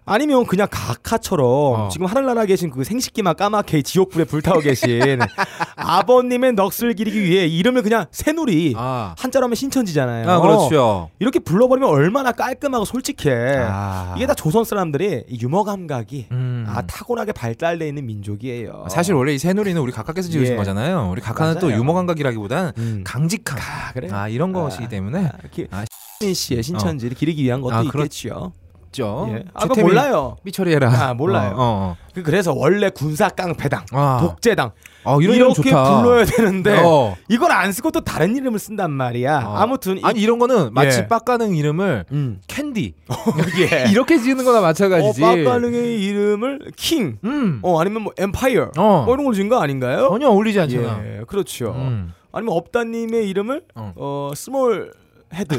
[SPEAKER 1] 아니면 그냥 각하처럼
[SPEAKER 2] 어.
[SPEAKER 1] 지금 하늘나라 계신 그 생식기만 까맣게 지옥불에 불타오 계신 아버님의 넋을 기리기 위해 이름을 그냥 새누리
[SPEAKER 2] 아.
[SPEAKER 1] 한자로 하면 신천지잖아요
[SPEAKER 2] 아 그렇죠.
[SPEAKER 1] 이렇게 불러버리면 얼마나 깔끔하고 솔직해.
[SPEAKER 2] 아.
[SPEAKER 1] 이게 다 조선 사람들이 이 유머 감각이
[SPEAKER 2] 음. 아,
[SPEAKER 1] 아, 타고나게 발달돼 있는 민족이에요.
[SPEAKER 2] 어. 사실 원래 이 새누리는 우리 각하께서 지으신
[SPEAKER 1] 예.
[SPEAKER 2] 거잖아요. 우리 각하는 또
[SPEAKER 1] 맞아요.
[SPEAKER 2] 유머 감각이라기보단
[SPEAKER 1] 음.
[SPEAKER 2] 강직함.
[SPEAKER 1] 아, 그래요?
[SPEAKER 2] 아 이런 것이기 때문에
[SPEAKER 1] 이렇게
[SPEAKER 2] 아,
[SPEAKER 1] 이 씨의 신천지를 기르기 위한 것도
[SPEAKER 2] 아,
[SPEAKER 1] 있겠지요.
[SPEAKER 2] 있죠.
[SPEAKER 1] 예. 아까
[SPEAKER 2] 최태민
[SPEAKER 1] 몰라요.
[SPEAKER 2] 삐처리해라.
[SPEAKER 1] 아, 몰라요.
[SPEAKER 2] 어, 어,
[SPEAKER 1] 그- 그래서 원래 군사 깡패당,
[SPEAKER 2] 어. 아,
[SPEAKER 1] 독재당
[SPEAKER 2] 아, 이런 이름
[SPEAKER 1] 이렇게
[SPEAKER 2] 좋다.
[SPEAKER 1] 불러야 되는데
[SPEAKER 2] 어.
[SPEAKER 1] 이걸 안 쓰고 또 다른 이름을 쓴단 말이야.
[SPEAKER 2] 어.
[SPEAKER 1] 아무튼 이-
[SPEAKER 2] 아니 이런 거는 마치
[SPEAKER 1] 예.
[SPEAKER 2] 빡가능 이름을
[SPEAKER 1] 음.
[SPEAKER 2] 캔디
[SPEAKER 1] 예.
[SPEAKER 2] 이렇게 지는 거나 마찬가지지.
[SPEAKER 1] 어, 빠빠능의 이름을 킹,
[SPEAKER 2] 음.
[SPEAKER 1] 어 아니면 뭐 엠파이어,
[SPEAKER 2] 어.
[SPEAKER 1] 뭐 이런 걸 지은 거 아닌가요?
[SPEAKER 2] 전혀 어울리지 않잖아.
[SPEAKER 1] 예, 그렇죠.
[SPEAKER 2] 음.
[SPEAKER 1] 아니면 업다님의 이름을
[SPEAKER 2] 어.
[SPEAKER 1] 어, 스몰 헤드,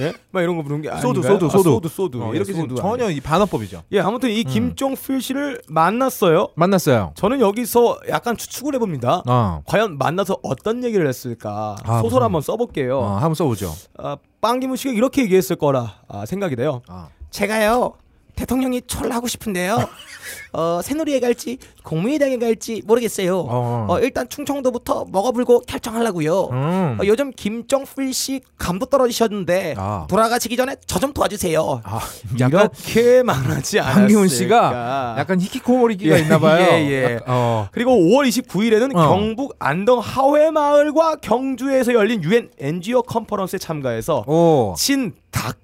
[SPEAKER 1] 예, 막 이런 거 부른 게
[SPEAKER 2] 소두,
[SPEAKER 1] 아닌가요?
[SPEAKER 2] 소두,
[SPEAKER 1] 아,
[SPEAKER 2] 소두. 음.
[SPEAKER 1] 소두, 소두.
[SPEAKER 2] 어,
[SPEAKER 1] 이렇게
[SPEAKER 2] 이렇게 지금
[SPEAKER 1] 소두
[SPEAKER 2] 전혀 이 반어법이죠.
[SPEAKER 1] 예, 아무튼 이 김종필 씨를 만났어요.
[SPEAKER 2] 만났어요.
[SPEAKER 1] 저는 여기서 약간 추측을 해봅니다.
[SPEAKER 2] 어.
[SPEAKER 1] 과연 만나서 어떤 얘기를 했을까?
[SPEAKER 2] 아,
[SPEAKER 1] 소설
[SPEAKER 2] 무슨-
[SPEAKER 1] 한번
[SPEAKER 2] 어,
[SPEAKER 1] 써볼게요.
[SPEAKER 2] 한번 써보죠.
[SPEAKER 1] 아, 빵기문 씨가 이렇게 얘기했을 거라 아, 생각이 돼요.
[SPEAKER 2] 아.
[SPEAKER 1] 제가요 대통령이 초를 하고 싶은데요. 어, 새누리에 갈지 국민의당에 갈지 모르겠어요.
[SPEAKER 2] 어.
[SPEAKER 1] 어, 일단 충청도부터 먹어불고 결정하려고요.
[SPEAKER 2] 음.
[SPEAKER 1] 어, 요즘 김정필 씨 감도 떨어지셨는데
[SPEAKER 2] 아.
[SPEAKER 1] 돌아가시기 전에 저 좀 도와주세요.
[SPEAKER 2] 아, 약간
[SPEAKER 1] 이렇게 말하지 않았을까?
[SPEAKER 2] 한기훈 씨가 약간 히키코모리기가
[SPEAKER 1] 예,
[SPEAKER 2] 있나 봐요.
[SPEAKER 1] 예, 예.
[SPEAKER 2] 약간, 어.
[SPEAKER 1] 그리고 5월 29일에는
[SPEAKER 2] 어.
[SPEAKER 1] 경북 안동 하회마을과 경주에서 열린 유엔 NGO 컨퍼런스에 참가해서
[SPEAKER 2] 오.
[SPEAKER 1] 친 닭계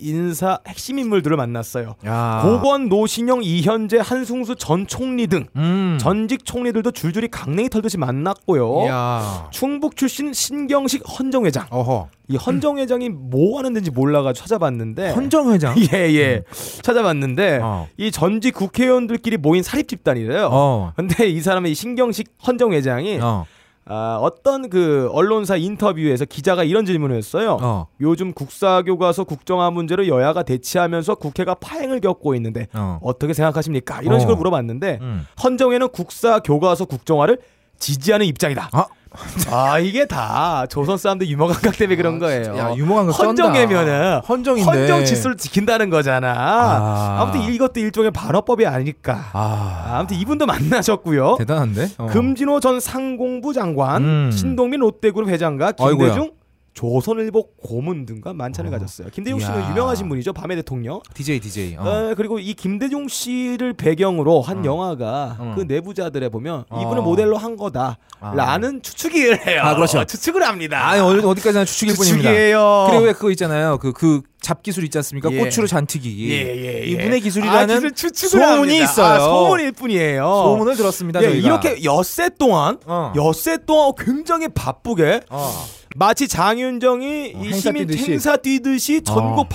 [SPEAKER 1] 인사 핵심 인물들을 만났어요.
[SPEAKER 2] 야.
[SPEAKER 1] 고건, 노신영, 이현재, 한승수 전 총리 등
[SPEAKER 2] 음.
[SPEAKER 1] 전직 총리들도 줄줄이 강냉이 털듯이 만났고요.
[SPEAKER 2] 야.
[SPEAKER 1] 충북 출신 신경식 헌정 회장.
[SPEAKER 2] 어허.
[SPEAKER 1] 이 헌정 회장이 뭐 하는 데인지 몰라가지고 찾아봤는데
[SPEAKER 2] 음. 헌정 회장. 음.
[SPEAKER 1] 예예 찾아봤는데
[SPEAKER 2] 어.
[SPEAKER 1] 이 전직 국회의원들끼리 모인 사립 집단이래요.
[SPEAKER 2] 어.
[SPEAKER 1] 근데 이 사람의 이 신경식 헌정 회장이
[SPEAKER 2] 어.
[SPEAKER 1] 아, 어떤 그 언론사 인터뷰에서 기자가 이런 질문을 했어요.
[SPEAKER 2] 어.
[SPEAKER 1] 요즘 국사 교과서 국정화 문제를 여야가 대치하면서 국회가 파행을 겪고 있는데
[SPEAKER 2] 어.
[SPEAKER 1] 어떻게 생각하십니까? 이런 식으로
[SPEAKER 2] 어.
[SPEAKER 1] 물어봤는데
[SPEAKER 2] 음.
[SPEAKER 1] 헌정에는 국사 교과서 국정화를 지지하는 입장이다.
[SPEAKER 2] 아.
[SPEAKER 1] 아 이게 다 조선 사람들 유머 감각 때문에 그런 거예요.
[SPEAKER 2] 아, 야, 유머 감각 쩐다.
[SPEAKER 1] 헌정이면은
[SPEAKER 2] 헌정인데.
[SPEAKER 1] 헌정 질서를 지킨다는 거잖아.
[SPEAKER 2] 아.
[SPEAKER 1] 아. 무튼 이것도 일종의 반어법이 아닐까.
[SPEAKER 2] 아.
[SPEAKER 1] 아, 무튼 이분도 만나셨고요.
[SPEAKER 2] 대단한데? 어.
[SPEAKER 1] 아. 금진호 전 상공부 장관,
[SPEAKER 2] 음.
[SPEAKER 1] 신동민 롯데그룹 회장과
[SPEAKER 2] 아이고야.
[SPEAKER 1] 김대중 조선일보 고문 등과 만찬을 가졌어요. 김대중 씨는
[SPEAKER 2] 이야.
[SPEAKER 1] 유명하신 분이죠. 밤의 대통령.
[SPEAKER 2] DJ DJ. 어.
[SPEAKER 1] 어, 그리고 이 김대중 씨를 배경으로 한 영화가
[SPEAKER 2] 음.
[SPEAKER 1] 그 내부자들에 보면
[SPEAKER 2] 어.
[SPEAKER 1] 이분을 모델로 한
[SPEAKER 2] 아.
[SPEAKER 1] 거다라는 추측을 해요.
[SPEAKER 2] 아, 그렇죠.
[SPEAKER 1] 추측을 합니다.
[SPEAKER 2] 아, 어디 어디까지나 추측일 뿐입니다.
[SPEAKER 1] 추측이에요.
[SPEAKER 2] 그리고 왜 그거 있잖아요. 그 그 잡기술 있지 않습니까?
[SPEAKER 1] 예.
[SPEAKER 2] 고추로 잔튀기.
[SPEAKER 1] 예, 예, 예.
[SPEAKER 2] 이분의
[SPEAKER 1] 아,
[SPEAKER 2] 기술이라는
[SPEAKER 1] 기술 추측을
[SPEAKER 2] 소문이
[SPEAKER 1] 합니다.
[SPEAKER 2] 있어요.
[SPEAKER 1] 아, 소문일 뿐이에요.
[SPEAKER 2] 소문을 들었습니다.
[SPEAKER 1] 예,
[SPEAKER 2] 저희가.
[SPEAKER 1] 이렇게 엿새 동안
[SPEAKER 2] 어.
[SPEAKER 1] 엿새 동안 굉장히 바쁘게
[SPEAKER 2] 어.
[SPEAKER 1] 마치 장윤정이 이
[SPEAKER 2] 행사
[SPEAKER 1] 시민
[SPEAKER 2] 뛰듯이.
[SPEAKER 1] 행사 뛰듯이 전국
[SPEAKER 2] 어.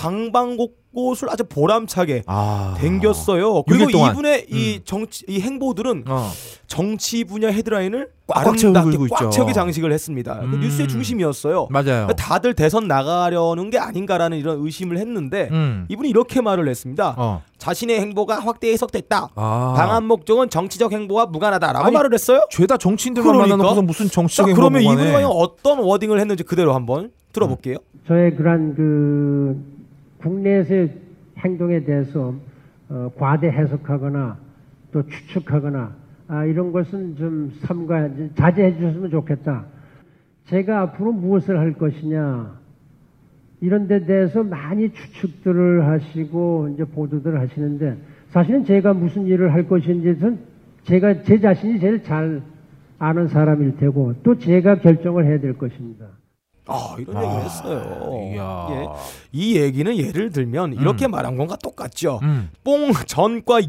[SPEAKER 1] 방방곡곡을 아주 보람차게
[SPEAKER 2] 아.
[SPEAKER 1] 댕겼어요.
[SPEAKER 2] 육일
[SPEAKER 1] 그리고
[SPEAKER 2] 동안. 음.
[SPEAKER 1] 이분의 이 정치 이 행보들은
[SPEAKER 2] 어.
[SPEAKER 1] 정치 분야 헤드라인을
[SPEAKER 2] 꽉꽉
[SPEAKER 1] 아름답게
[SPEAKER 2] 채우고 있죠.
[SPEAKER 1] 꽉 채우게 장식을 했습니다. 그
[SPEAKER 2] 음.
[SPEAKER 1] 뉴스의 중심이었어요. 그러니까
[SPEAKER 2] 맞아요.
[SPEAKER 1] 다들 대선 나가려는 게 아닌가라는 이런 의심을 했는데
[SPEAKER 2] 음.
[SPEAKER 1] 이분이 이렇게 말을 했습니다.
[SPEAKER 2] 어.
[SPEAKER 1] 자신의 행보가 확대 해석됐다.
[SPEAKER 2] 아.
[SPEAKER 1] 방한 목적은 정치적 행보와 무관하다라고
[SPEAKER 2] 아니,
[SPEAKER 1] 말을 했어요.
[SPEAKER 2] 죄다 정치인들만
[SPEAKER 1] 그러니까?
[SPEAKER 2] 만나놓고서 무슨
[SPEAKER 1] 자,
[SPEAKER 2] 정치적인
[SPEAKER 1] 그러면
[SPEAKER 2] 거만
[SPEAKER 1] 이분이
[SPEAKER 2] 해.
[SPEAKER 1] 과연 어떤 워딩을 했는지 그대로 한번 들어볼게요.
[SPEAKER 2] 음.
[SPEAKER 9] 저의 그러한 그 국내에서의 행동에 대해서 어, 과대 해석하거나 또 추측하거나 아, 이런 것은 좀 삼가 자제해 주셨으면 좋겠다. 제가 앞으로 무엇을 할 것이냐 이런 데 대해서 많이 추측들을 하시고 이제 보도들을 하시는데 사실은 제가 무슨 일을 할 것인지는 제가 제 자신이 제일 잘 아는 사람일 테고 또 제가 결정을 해야 될 것입니다.
[SPEAKER 1] 아 이런 얘기를 했어요.
[SPEAKER 2] 이야.
[SPEAKER 1] 예. 이 얘기는 예를 들면 이렇게 말한 건가 똑같죠.
[SPEAKER 2] 음.
[SPEAKER 1] 뽕 전과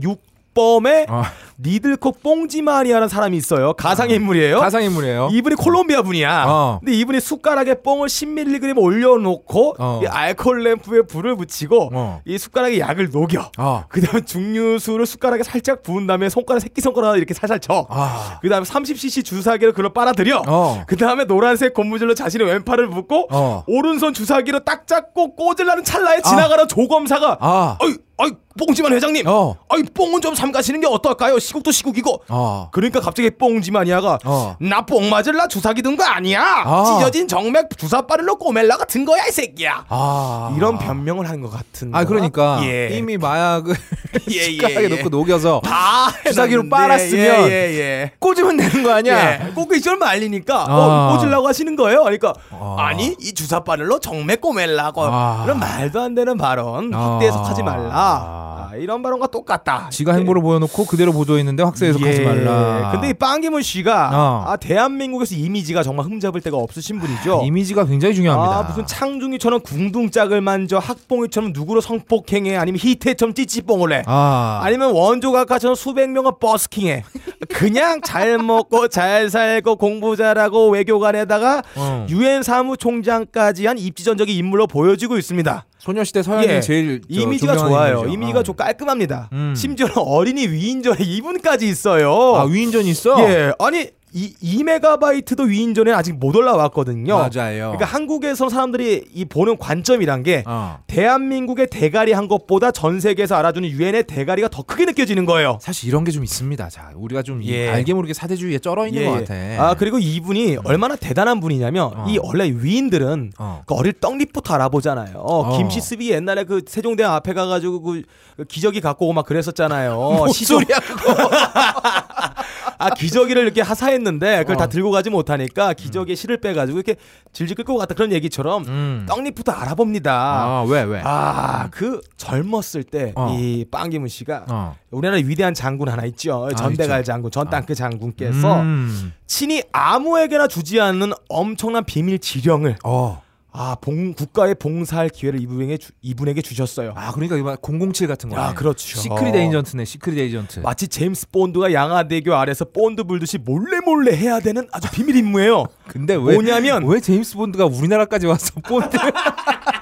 [SPEAKER 1] 6범의
[SPEAKER 2] 아.
[SPEAKER 1] 니들코 뽕지마니아라는 사람이 있어요. 가상 인물이에요.
[SPEAKER 2] 가상인물이에요.
[SPEAKER 1] 이분이 콜롬비아 분이야.
[SPEAKER 2] 어.
[SPEAKER 1] 근데 이분이 숟가락에 뽕을 10mg 올려놓고
[SPEAKER 2] 어.
[SPEAKER 1] 이 알코올 램프에 불을 붙이고
[SPEAKER 2] 어.
[SPEAKER 1] 이 숟가락에 약을 녹여.
[SPEAKER 2] 아.
[SPEAKER 1] 그다음에 중류수를 숟가락에 살짝 부은 다음에 손가락 새끼 손가락 이렇게 살살 쳐.
[SPEAKER 2] 아.
[SPEAKER 1] 그다음에 30cc 주사기를 그로 빨아들여.
[SPEAKER 2] 어.
[SPEAKER 1] 그다음에 노란색 고무줄로 자신의 왼팔을 묶고
[SPEAKER 2] 어.
[SPEAKER 1] 오른손 주사기로 딱 잡고 꽂으려는 찰나에 지나가는 조검사가
[SPEAKER 2] 아.
[SPEAKER 1] 어이 어이 뽕지만 회장님.
[SPEAKER 2] 어.
[SPEAKER 1] 어이 뽕은 좀 삼가시는 게 어떨까요? 시국도 시국이고.
[SPEAKER 2] 어.
[SPEAKER 1] 그러니까 갑자기 뽕지마니아가
[SPEAKER 2] 어.
[SPEAKER 1] 나 뽕 맞을라 주사기 든 거 아니야.
[SPEAKER 2] 아.
[SPEAKER 1] 찢어진 정맥 주사바늘로 꼬멜라 같은 거야 이 새끼야.
[SPEAKER 2] 아.
[SPEAKER 1] 이런 변명을 한 것 같은.
[SPEAKER 2] 아
[SPEAKER 1] 거야.
[SPEAKER 2] 그러니까
[SPEAKER 1] 예.
[SPEAKER 2] 이미 마약을
[SPEAKER 1] 예,
[SPEAKER 2] 숟가락에
[SPEAKER 1] 예, 예.
[SPEAKER 2] 넣고 녹여서
[SPEAKER 1] 다
[SPEAKER 2] 아, 주사기로
[SPEAKER 1] 해놨는데. 예,
[SPEAKER 2] 빨았으면
[SPEAKER 1] 예, 예.
[SPEAKER 2] 꽂으면 되는 거 아니야?
[SPEAKER 1] 예, 꼬그 이절 말리니까
[SPEAKER 2] 아.
[SPEAKER 1] 어, 꽂으려고 하시는 거예요. 그러니까
[SPEAKER 2] 아.
[SPEAKER 1] 아니 이 주사바늘로 정맥 꼬멜라고
[SPEAKER 2] 아.
[SPEAKER 1] 이런 말도 안 되는 발언
[SPEAKER 2] 아.
[SPEAKER 1] 확대 해석하지 말라. 아, 이런 발언과 똑같다.
[SPEAKER 2] 지가 행보를 보여놓고 그대로 보조했는데 확세해서 가지
[SPEAKER 1] 예.
[SPEAKER 2] 말라.
[SPEAKER 1] 근데 이 빵기문 씨가
[SPEAKER 2] 어.
[SPEAKER 1] 아, 대한민국에서 이미지가 정말 흠잡을 데가 없으신 분이죠.
[SPEAKER 2] 아, 이미지가 굉장히 중요합니다.
[SPEAKER 1] 어. 아, 무슨 창중이처럼 궁둥짝을 만져 학봉이처럼 누구로 성폭행해 아니면 히태처럼 찌찌뽕을 해
[SPEAKER 2] 아.
[SPEAKER 1] 아니면 원조각가처럼 수백 명을 버스킹해 그냥 잘 먹고 잘 살고 공부 잘하고 외교관에다가
[SPEAKER 2] 어.
[SPEAKER 1] 유엔 사무총장까지 한 입지전적인 인물로 보여지고 있습니다. 예.
[SPEAKER 2] 소녀시대 예. 서현이 제일 저
[SPEAKER 1] 이미지가
[SPEAKER 2] 존경하는
[SPEAKER 1] 좋아요.
[SPEAKER 2] 인물이죠.
[SPEAKER 1] 이미지가
[SPEAKER 2] 어.
[SPEAKER 1] 좀 깔끔합니다.
[SPEAKER 2] 음.
[SPEAKER 1] 심지어 어린이 위인전에 이분까지 있어요.
[SPEAKER 2] 아 위인전 있어?
[SPEAKER 1] 예, 아니 이 2메가바이트도 위인전에 아직 못 올라왔거든요.
[SPEAKER 2] 맞아요.
[SPEAKER 1] 그러니까 한국에서 사람들이 이 보는 관점이란 게
[SPEAKER 2] 어.
[SPEAKER 1] 대한민국의 대가리 한 것보다 전 세계에서 알아주는 유엔의 대가리가 더 크게 느껴지는 거예요.
[SPEAKER 2] 사실 이런 게 좀 있습니다. 자 우리가 좀 이-
[SPEAKER 1] 예.
[SPEAKER 2] 알게 모르게 사대주의에 쩔어 있는
[SPEAKER 1] 예,
[SPEAKER 2] 것
[SPEAKER 1] 예.
[SPEAKER 2] 같아. 음.
[SPEAKER 1] 아 그리고 이분이 얼마나 대단한 분이냐면
[SPEAKER 2] 어.
[SPEAKER 1] 이 원래 위인들은
[SPEAKER 2] 어.
[SPEAKER 1] 그 어릴 떡잎부터 알아보잖아요.
[SPEAKER 2] 어.
[SPEAKER 1] 김씨습이 옛날에 그 세종대왕 앞에 가가지고 그 기저귀 갖고 오고 막 그랬었잖아요.
[SPEAKER 2] 어, 뭐
[SPEAKER 1] 시조- 아 기저귀를 이렇게 하사했는데 그걸
[SPEAKER 2] 어.
[SPEAKER 1] 다 들고 가지 못하니까 기저귀에 실을 빼가지고 이렇게 질질 끌고 갔다 그런 얘기처럼
[SPEAKER 2] 음.
[SPEAKER 1] 떡잎부터 알아봅니다.
[SPEAKER 2] 아왜 왜?
[SPEAKER 1] 아 그 젊었을 때
[SPEAKER 2] 어.
[SPEAKER 1] 이 빵기문 씨가
[SPEAKER 2] 어.
[SPEAKER 1] 우리나라 위대한 장군 하나 있죠
[SPEAKER 2] 아,
[SPEAKER 1] 전대갈
[SPEAKER 2] 있죠. 아.
[SPEAKER 1] 장군 전당크 장군께서
[SPEAKER 2] 음.
[SPEAKER 1] 친히 아무에게나 주지 않는 엄청난 비밀 지령을
[SPEAKER 2] 어.
[SPEAKER 1] 아 봉, 국가의 봉사할 기회를 이분에게, 주, 이분에게 주셨어요.
[SPEAKER 2] 아 그러니까 이거 007 같은 거네.
[SPEAKER 1] 아, 그렇죠.
[SPEAKER 2] 시크릿 에이전트네. 시크릿 에이전트.
[SPEAKER 1] 마치 제임스 본드가 양화대교 아래서 본드 불듯이 몰래 몰래 해야 되는 아주 비밀 임무예요.
[SPEAKER 2] 근데 왜
[SPEAKER 1] 뭐냐면-
[SPEAKER 2] 왜 제임스 본드가 우리나라까지 와서 본드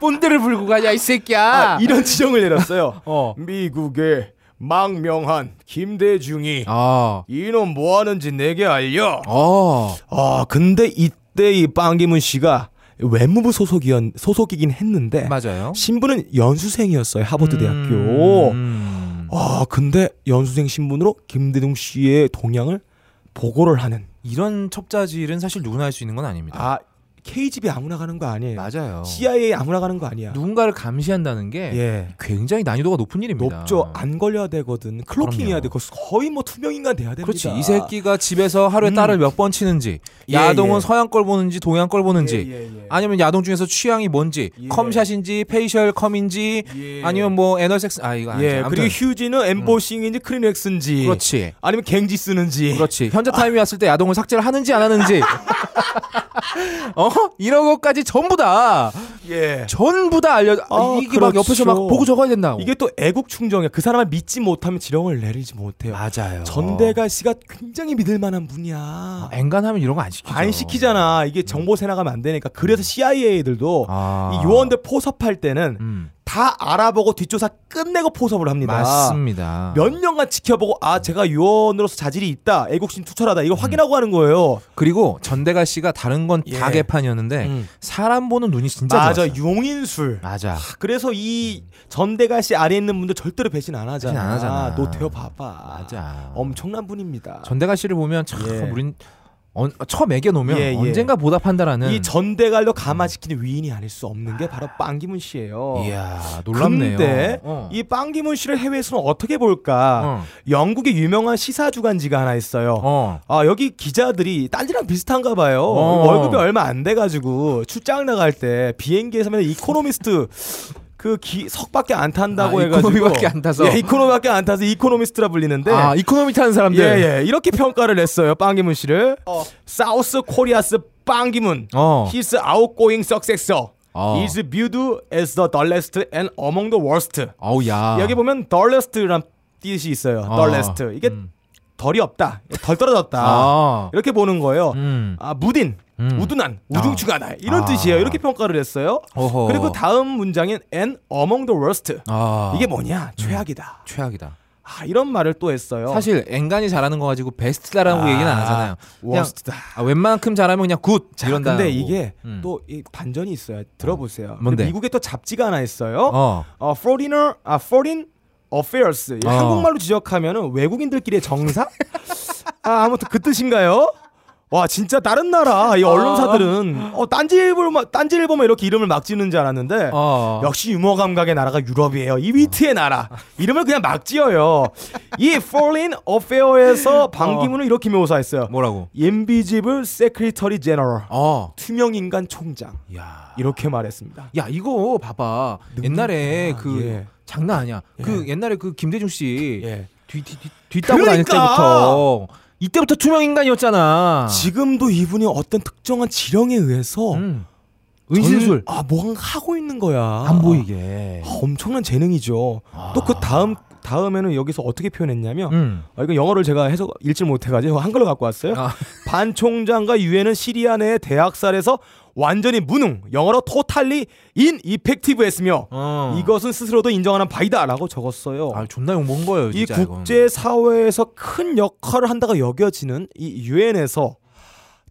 [SPEAKER 2] 본드를 불고 가냐 이 새끼야.
[SPEAKER 1] 아, 이런 지정을 내렸어요.
[SPEAKER 2] 어.
[SPEAKER 1] 미국의 망명한 김대중이
[SPEAKER 2] 아.
[SPEAKER 1] 이놈 뭐 하는지 내게 알려.
[SPEAKER 2] 어.
[SPEAKER 1] 아 근데 이때 이 빵기문 씨가 외무부 소속이었 소속이긴 했는데
[SPEAKER 2] 맞아요.
[SPEAKER 1] 어? 신분은 연수생이었어요 하버드 대학교.
[SPEAKER 2] 음.
[SPEAKER 1] 아 근데 연수생 신분으로 김대중 씨의 동향을 보고를 하는.
[SPEAKER 2] 이런 첩자질은 사실 누구나 할 수 있는 건 아닙니다. 네.
[SPEAKER 1] 아 KGB 아무나 가는 거 아니에요.
[SPEAKER 2] 맞아요.
[SPEAKER 1] CIA 아무나 가는 거 아니야.
[SPEAKER 2] 누군가를 감시한다는 게
[SPEAKER 1] 예.
[SPEAKER 2] 굉장히 난이도가 높은 일입니다.
[SPEAKER 1] 높죠. 안 걸려야 되거든. 클로킹해야
[SPEAKER 2] 그럼요.
[SPEAKER 1] 돼. 거의 뭐 투명 인간 돼야 됩니다.
[SPEAKER 2] 그렇지. 이 새끼가 집에서 하루에
[SPEAKER 1] 음.
[SPEAKER 2] 딸을 몇 번 치는지,
[SPEAKER 1] 예,
[SPEAKER 2] 야동은
[SPEAKER 1] 예.
[SPEAKER 2] 서양 걸 보는지, 동양 걸 보는지,
[SPEAKER 1] 예, 예.
[SPEAKER 2] 아니면 야동 중에서 취향이 뭔지,
[SPEAKER 1] 예.
[SPEAKER 2] 컴샷인지, 페이셜 컴인지,
[SPEAKER 1] 예.
[SPEAKER 2] 아니면 뭐 애널섹스, 아 이거 아니지.
[SPEAKER 1] 예,
[SPEAKER 2] 아무튼 음.
[SPEAKER 1] 그리고 휴지는 예. 엠보싱인지 크리넥스인지
[SPEAKER 2] 그렇지.
[SPEAKER 1] 아니면 갱지 쓰는지
[SPEAKER 2] 그렇지. 현자
[SPEAKER 1] 아.
[SPEAKER 2] 타임이 왔을 때 야동을 삭제를 하는지 안 하는지. 어? 이런 것까지 전부 다
[SPEAKER 1] 예.
[SPEAKER 2] 전부 다 알려.
[SPEAKER 1] 아,
[SPEAKER 2] 이게 막 옆에서 막
[SPEAKER 1] 그렇죠.
[SPEAKER 2] 보고 적어야 된다고.
[SPEAKER 1] 이게 또 애국 충정이야. 그 사람을 믿지 못하면 지령을 내리지 못해요.
[SPEAKER 2] 맞아요. 아,
[SPEAKER 1] 전대가 씨가 굉장히 믿을 만한 분이야.
[SPEAKER 2] 앵간하면 이런 거 안 시키죠.
[SPEAKER 1] 안 시키잖아. 이게 정보세 나가면 안 되니까. 그래서 CIA들도
[SPEAKER 2] 아.
[SPEAKER 1] 이 요원들 포섭할 때는
[SPEAKER 2] 음.
[SPEAKER 1] 다 알아보고 뒷조사 끝내고 포섭을 합니다.
[SPEAKER 2] 맞습니다.
[SPEAKER 1] 몇 년간 지켜보고 아 제가 요원으로서 자질이 있다 애국심 투철하다 이거 확인하고 하는 거예요.
[SPEAKER 2] 그리고 전대가 씨가 다른 건 다
[SPEAKER 1] 예.
[SPEAKER 2] 개판이었는데
[SPEAKER 1] 음.
[SPEAKER 2] 사람 보는 눈이 진짜
[SPEAKER 1] 맞아
[SPEAKER 2] 좋았어요.
[SPEAKER 1] 용인술.
[SPEAKER 2] 맞아.
[SPEAKER 1] 그래서 이 전대가 씨 아래 있는 분들 절대로 배신 안 하잖아.
[SPEAKER 2] 배신 안 하잖아.
[SPEAKER 1] 노태우 봐봐.
[SPEAKER 2] 맞아.
[SPEAKER 1] 엄청난 분입니다.
[SPEAKER 2] 전대가 씨를 보면 참
[SPEAKER 1] 예.
[SPEAKER 2] 우린 언, 처음 애겨 놓으면
[SPEAKER 1] 예, 예.
[SPEAKER 2] 언젠가 보답한다라는
[SPEAKER 1] 이 전대갈로 가마시키는 위인이 아닐 수 없는 게 바로 빵기문 씨예요.
[SPEAKER 2] 이야 놀랍네요.
[SPEAKER 1] 근데
[SPEAKER 2] 어.
[SPEAKER 1] 이 빵기문 씨를 해외에서는 어떻게 볼까?
[SPEAKER 2] 어.
[SPEAKER 1] 영국의 유명한 시사 주간지가 하나 있어요.
[SPEAKER 2] 어.
[SPEAKER 1] 아 여기 기자들이 딴지랑 비슷한가 봐요.
[SPEAKER 2] 어.
[SPEAKER 1] 월급이 얼마 안 돼가지고 출장 나갈 때 비행기에서 맨날 이코노미스트 그 기, 석밖에 안 탄다고
[SPEAKER 2] 아,
[SPEAKER 1] 해가지고
[SPEAKER 2] 이코노미밖에 안 타서.
[SPEAKER 1] 예, 이코노미밖에 안 타서 이코노미스트라 불리는데
[SPEAKER 2] 아 이코노미 타는 사람들.
[SPEAKER 1] 예예 이렇게 평가를 했어요 빵기문 씨를 사우스 코리아스 빵기문
[SPEAKER 2] 어.
[SPEAKER 1] His outgoing successor
[SPEAKER 2] 어.
[SPEAKER 1] is viewed as the dullest and among the worst
[SPEAKER 2] 아우야.
[SPEAKER 1] 여기 뭐- 보면 dullest란 뜻이 있어요
[SPEAKER 2] 어.
[SPEAKER 1] dullest 이게
[SPEAKER 2] 음.
[SPEAKER 1] 덜이 없다 덜 떨어졌다
[SPEAKER 2] 아.
[SPEAKER 1] 이렇게 보는 거예요.
[SPEAKER 2] 음.
[SPEAKER 1] 아 무딘,
[SPEAKER 2] 음.
[SPEAKER 1] 우둔한, 우중충하다 이런
[SPEAKER 2] 아.
[SPEAKER 1] 뜻이에요. 이렇게 평가를 했어요.
[SPEAKER 2] 어허.
[SPEAKER 1] 그리고 다음 문장인 and among the worst
[SPEAKER 2] 아.
[SPEAKER 1] 이게 뭐냐 최악이다.
[SPEAKER 2] 최악이다.
[SPEAKER 1] 아 이런 말을 또 했어요.
[SPEAKER 2] 사실 앵간이 잘하는 거 가지고 베스트다라고 얘기는 안 하잖아요. 그냥
[SPEAKER 1] 워스트다.
[SPEAKER 2] 아, 웬만큼 잘하면 그냥 굿
[SPEAKER 1] 자,
[SPEAKER 2] 이런다.
[SPEAKER 1] 근데 이게
[SPEAKER 2] 음.
[SPEAKER 1] 또 이 반전이 있어요. 들어보세요.
[SPEAKER 2] 뭔데?
[SPEAKER 1] 미국에 또 잡지가 하나 있어요. 어.
[SPEAKER 2] 어.
[SPEAKER 1] foreigner, 아 foreign affairs
[SPEAKER 2] 어.
[SPEAKER 1] 한국말로 지적하면은 외국인들끼리의 정사? 아 아무튼 그 뜻인가요? 와 진짜 다른 나라 이
[SPEAKER 2] 어.
[SPEAKER 1] 언론사들은 어 딴지일보만 딴지일보만 이렇게 이름을 막 지는 줄 알았는데
[SPEAKER 2] 어.
[SPEAKER 1] 역시 유머 감각의 나라가 유럽이에요. 이 위트의 나라 이름을 그냥 막 지어요. 이 Foreign Affairs에서 방기문을 이렇게 묘사했어요.
[SPEAKER 2] 어. 뭐라고?
[SPEAKER 1] Invisible Secretary General. 투명 인간 총장.
[SPEAKER 2] 야.
[SPEAKER 1] 이렇게 말했습니다.
[SPEAKER 2] 야 이거 봐봐 옛날에 그
[SPEAKER 1] 예.
[SPEAKER 2] 장난 아니야 그 옛날에 그 김대중 씨 뒤, 뒤, 뒤, 뒷담을 다닐
[SPEAKER 1] 그러니까.
[SPEAKER 2] 때부터 이때부터 투명 인간이었잖아 음,
[SPEAKER 1] 지금도 이분이 어떤 특정한 지령에 의해서
[SPEAKER 2] 의신술.
[SPEAKER 1] 전- 아, 뭔가 하고 있는 거야.
[SPEAKER 2] 안 보이게 아.
[SPEAKER 1] 아, 엄청난 재능이죠. 또 그 다음 다음에는 여기서 어떻게 표현했냐면
[SPEAKER 2] 음.
[SPEAKER 1] 아, 이건 영어를 제가 해서 읽질 못해가지고 한글로 갖고 왔어요.
[SPEAKER 2] 아.
[SPEAKER 1] 반 총장과 유엔은 시리아 내의 대학살에서 완전히 무능, 영어로 totally ineffective했으며
[SPEAKER 2] 어.
[SPEAKER 1] 이것은 스스로도 인정하는 바이다라고 적었어요.
[SPEAKER 2] 아 존나 욕먹은 거예요
[SPEAKER 1] 이
[SPEAKER 2] 진짜 이건.
[SPEAKER 1] 국제 사회에서 큰 역할을 한다가 여겨지는 이 유엔에서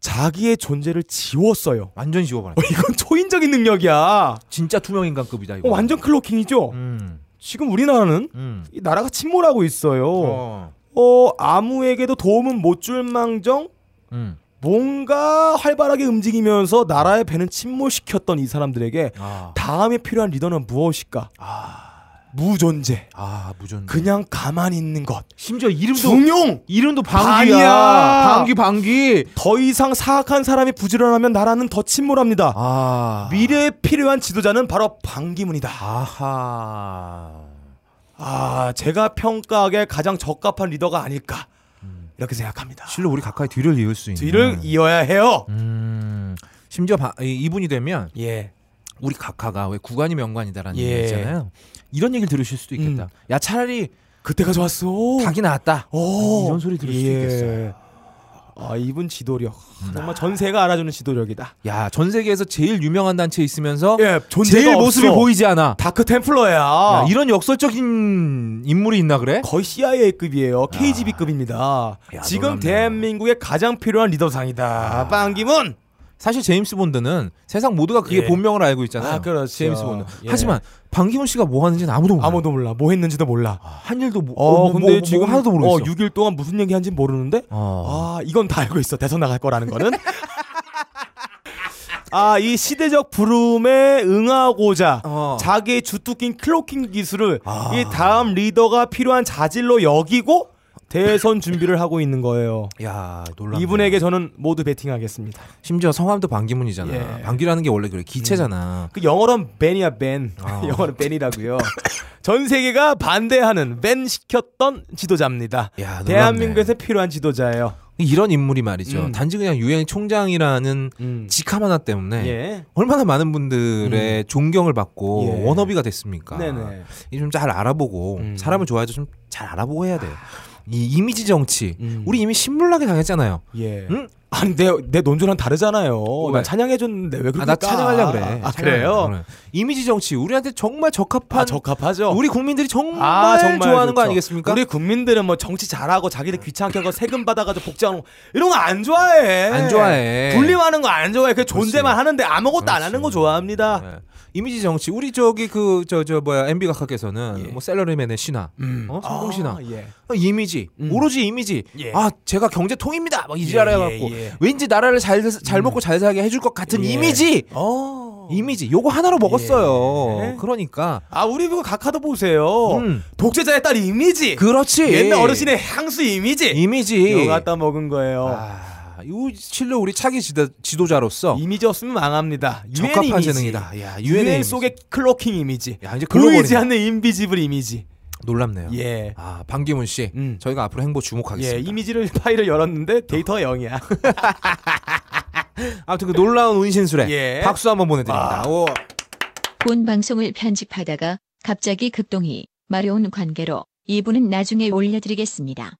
[SPEAKER 1] 자기의 존재를 지웠어요.
[SPEAKER 2] 완전 지워버려
[SPEAKER 1] 이건 초인적인 능력이야.
[SPEAKER 2] 진짜 투명 인간급이다 이거
[SPEAKER 1] 어, 완전 클로킹이죠.
[SPEAKER 2] 음.
[SPEAKER 1] 지금 우리나라는
[SPEAKER 2] 음.
[SPEAKER 1] 이 나라가 침몰하고 있어요. 어.
[SPEAKER 2] 어.
[SPEAKER 1] 아무에게도 도움은 못 줄망정
[SPEAKER 2] 음.
[SPEAKER 1] 뭔가 활발하게 움직이면서 나라의 배는 침몰시켰던 이 사람들에게
[SPEAKER 2] 아.
[SPEAKER 1] 다음에 필요한 리더는 무엇일까? 무존재.
[SPEAKER 2] 아 무전
[SPEAKER 1] 그냥 가만히 있는 것.
[SPEAKER 2] 심지어 이름도
[SPEAKER 1] 중용.
[SPEAKER 2] 이름도 방귀야
[SPEAKER 1] 방이야.
[SPEAKER 2] 방귀 방귀
[SPEAKER 1] 더 이상 사악한 사람이 부지런하면 나라는 더 침몰합니다.
[SPEAKER 2] 아
[SPEAKER 1] 미래에 필요한 지도자는 바로 방기문이다.
[SPEAKER 2] 아하
[SPEAKER 1] 아, 제가 평가하기에 가장 적합한 리더가 아닐까.
[SPEAKER 2] 음.
[SPEAKER 1] 이렇게 생각합니다.
[SPEAKER 2] 실로 우리 가까이 뒤를 이을 수 있는
[SPEAKER 1] 뒤를 이어야 해요.
[SPEAKER 2] 음, 심지어 바- 이- 이분이 되면
[SPEAKER 1] 예.
[SPEAKER 2] 우리 각하가 왜 구관이 명관이다라는
[SPEAKER 1] 예.
[SPEAKER 2] 얘기 있잖아요. 이런 얘기를 들으실 수도 있겠다.
[SPEAKER 1] 음.
[SPEAKER 2] 야 차라리
[SPEAKER 1] 그때가 좋았어.
[SPEAKER 2] 닭이 나왔다. 어,
[SPEAKER 1] 오.
[SPEAKER 2] 이런 소리 들을 수도
[SPEAKER 1] 예.
[SPEAKER 2] 있겠어요. 음.
[SPEAKER 1] 아, 이분 지도력. 정말 전세가 알아주는 지도력이다.
[SPEAKER 2] 야 전 세계에서 제일 유명한 단체에 있으면서
[SPEAKER 1] 예, 존재가
[SPEAKER 2] 제일 모습이
[SPEAKER 1] 없어. 아.
[SPEAKER 2] 보이지 않아.
[SPEAKER 1] 다크 템플러야.
[SPEAKER 2] 야, 이런 역설적인 인물이 있나 그래?
[SPEAKER 1] 거의 CIA급이에요. KGB급입니다.
[SPEAKER 2] 야, 아.
[SPEAKER 1] 지금
[SPEAKER 2] 놀랍네.
[SPEAKER 1] 대한민국에 가장 필요한 리더상이다. 빵기문.
[SPEAKER 2] 사실 제임스 본드는 세상 모두가 그게
[SPEAKER 1] 예.
[SPEAKER 2] 본명을 알고 있잖아요.
[SPEAKER 1] 아, 그렇죠.
[SPEAKER 2] 제임스 본드.
[SPEAKER 1] 예.
[SPEAKER 2] 하지만 방기훈 씨가 뭐 하는지는 아무도 몰라.
[SPEAKER 1] 아무도 몰라. 뭐 했는지도 몰라.
[SPEAKER 2] 아, 한 일도 모-
[SPEAKER 1] 어,
[SPEAKER 2] 뭐,
[SPEAKER 1] 근데
[SPEAKER 2] 뭐-
[SPEAKER 1] 지금
[SPEAKER 2] 뭐 하나도 모르겠어.
[SPEAKER 1] 어, 6일 동안 무슨 얘기 한지 모르는데
[SPEAKER 2] 어.
[SPEAKER 1] 아, 이건 다 알고 있어. 대선 나갈 거라는 거는. 아, 이 시대적 부름에 응하고자
[SPEAKER 2] 어. 아.
[SPEAKER 1] 자기의 주특기인 클로킹 기술을 이 다음 리더가 필요한 자질로 여기고 대선 준비를 하고 있는 거예요.
[SPEAKER 2] 야 놀랍네.
[SPEAKER 1] 이분에게 저는 모두 베팅하겠습니다.
[SPEAKER 2] 심지어 성함도 방기문이잖아.
[SPEAKER 1] 예.
[SPEAKER 2] 방귀라는 게 원래 그래 기체잖아.
[SPEAKER 1] 그 영어로는 벤이야 벤.
[SPEAKER 2] 아.
[SPEAKER 1] 영어는 벤이라고요. 전 세계가 반대하는 벤 시켰던 지도자입니다.
[SPEAKER 2] 야, 놀랍네.
[SPEAKER 1] 대한민국에서 필요한 지도자예요.
[SPEAKER 2] 이런 인물이 말이죠.
[SPEAKER 1] 음.
[SPEAKER 2] 단지 그냥 유엔 총장이라는
[SPEAKER 1] 음.
[SPEAKER 2] 직함 하나 때문에
[SPEAKER 1] 예. 음.
[SPEAKER 2] 얼마나 많은 분들의 존경을 받고
[SPEAKER 1] 예.
[SPEAKER 2] 워너비가 됐습니까?
[SPEAKER 1] 네네.
[SPEAKER 2] 좀 잘 알아보고
[SPEAKER 1] 음.
[SPEAKER 2] 사람을 좋아해서 좀 잘 알아보고 해야 돼요. 이 이미지 정치
[SPEAKER 1] 음.
[SPEAKER 2] 우리 이미 신물나게 당했잖아요.
[SPEAKER 1] 예.
[SPEAKER 2] 응?
[SPEAKER 1] 아니 내 내 논조랑 다르잖아요.
[SPEAKER 2] 왜?
[SPEAKER 1] 난 찬양해 줬는데 왜 그렇게
[SPEAKER 2] 아, 나 찬양하려 그래.
[SPEAKER 1] 아,
[SPEAKER 2] 찬양하려고
[SPEAKER 1] 그래요?
[SPEAKER 2] 그래. 이미지 정치 우리한테 정말 적합한
[SPEAKER 1] 아, 적합하죠. 그렇죠.
[SPEAKER 2] 우리 국민들이 정말, 좋아하는 거
[SPEAKER 1] 좋죠.
[SPEAKER 2] 아니겠습니까?
[SPEAKER 1] 우리 국민들은 뭐 정치 잘하고 자기들 귀찮게 하고 세금 받아가지고 복지하는 거 이런 거 안 좋아해.
[SPEAKER 2] 안 좋아해.
[SPEAKER 1] 분리하는 거 안 좋아해. 그 존재만
[SPEAKER 2] 그렇지.
[SPEAKER 1] 하는데 아무것도 안
[SPEAKER 2] 그렇지.
[SPEAKER 1] 하는 거 좋아합니다.
[SPEAKER 2] 예. 이미지 정치 우리 저기 그 저 저 뭐야 MB 각하께서는
[SPEAKER 1] 예.
[SPEAKER 2] 뭐 셀러리맨의 신화, 어? 성공 신화,
[SPEAKER 1] 아, 예.
[SPEAKER 2] 어, 이미지
[SPEAKER 1] 음.
[SPEAKER 2] 오로지 이미지
[SPEAKER 1] 예.
[SPEAKER 2] 아 제가 경제 통입니다 막
[SPEAKER 1] 예,
[SPEAKER 2] 이지랄 해갖고
[SPEAKER 1] 예, 예.
[SPEAKER 2] 왠지 나라를 잘, 잘 먹고 잘 살게 해줄 것 같은
[SPEAKER 1] 예.
[SPEAKER 2] 이미지
[SPEAKER 1] 어.
[SPEAKER 2] 이미지 요거 하나로 먹었어요
[SPEAKER 1] 예.
[SPEAKER 2] 그러니까
[SPEAKER 1] 아 우리 그 각하도 보세요.
[SPEAKER 2] 음.
[SPEAKER 1] 독재자의 딸 이미지.
[SPEAKER 2] 그렇지
[SPEAKER 1] 예. 옛날 어르신의 향수 이미지.
[SPEAKER 2] 이미지
[SPEAKER 1] 이거 갖다 먹은 거예요.
[SPEAKER 2] 예. 아, 요 실로 우리 차기 지도, 지도자로서
[SPEAKER 1] 이미지 없으면 망합니다. 유엔
[SPEAKER 2] 적합한
[SPEAKER 1] 이미지.
[SPEAKER 2] 재능이다 야
[SPEAKER 1] 유엔
[SPEAKER 2] 유엔의
[SPEAKER 1] 속의 클로킹 이미지.
[SPEAKER 2] 야,
[SPEAKER 1] 보이지
[SPEAKER 2] 이제 글로벌이네.
[SPEAKER 1] 않는 인비지블 이미지.
[SPEAKER 2] 놀랍네요
[SPEAKER 1] 예.
[SPEAKER 2] 아 방기문 씨
[SPEAKER 1] 음.
[SPEAKER 2] 저희가 앞으로 행보 주목하겠습니다
[SPEAKER 1] 예, 이미지를 파일을 열었는데 데이터가 0이야.
[SPEAKER 2] 아무튼 그 놀라운 운신술에
[SPEAKER 1] 예.
[SPEAKER 2] 박수 한번 보내드립니다 오.
[SPEAKER 3] 본 방송을 편집하다가 갑자기 급동이 마려운 관계로 이분은 나중에 올려드리겠습니다.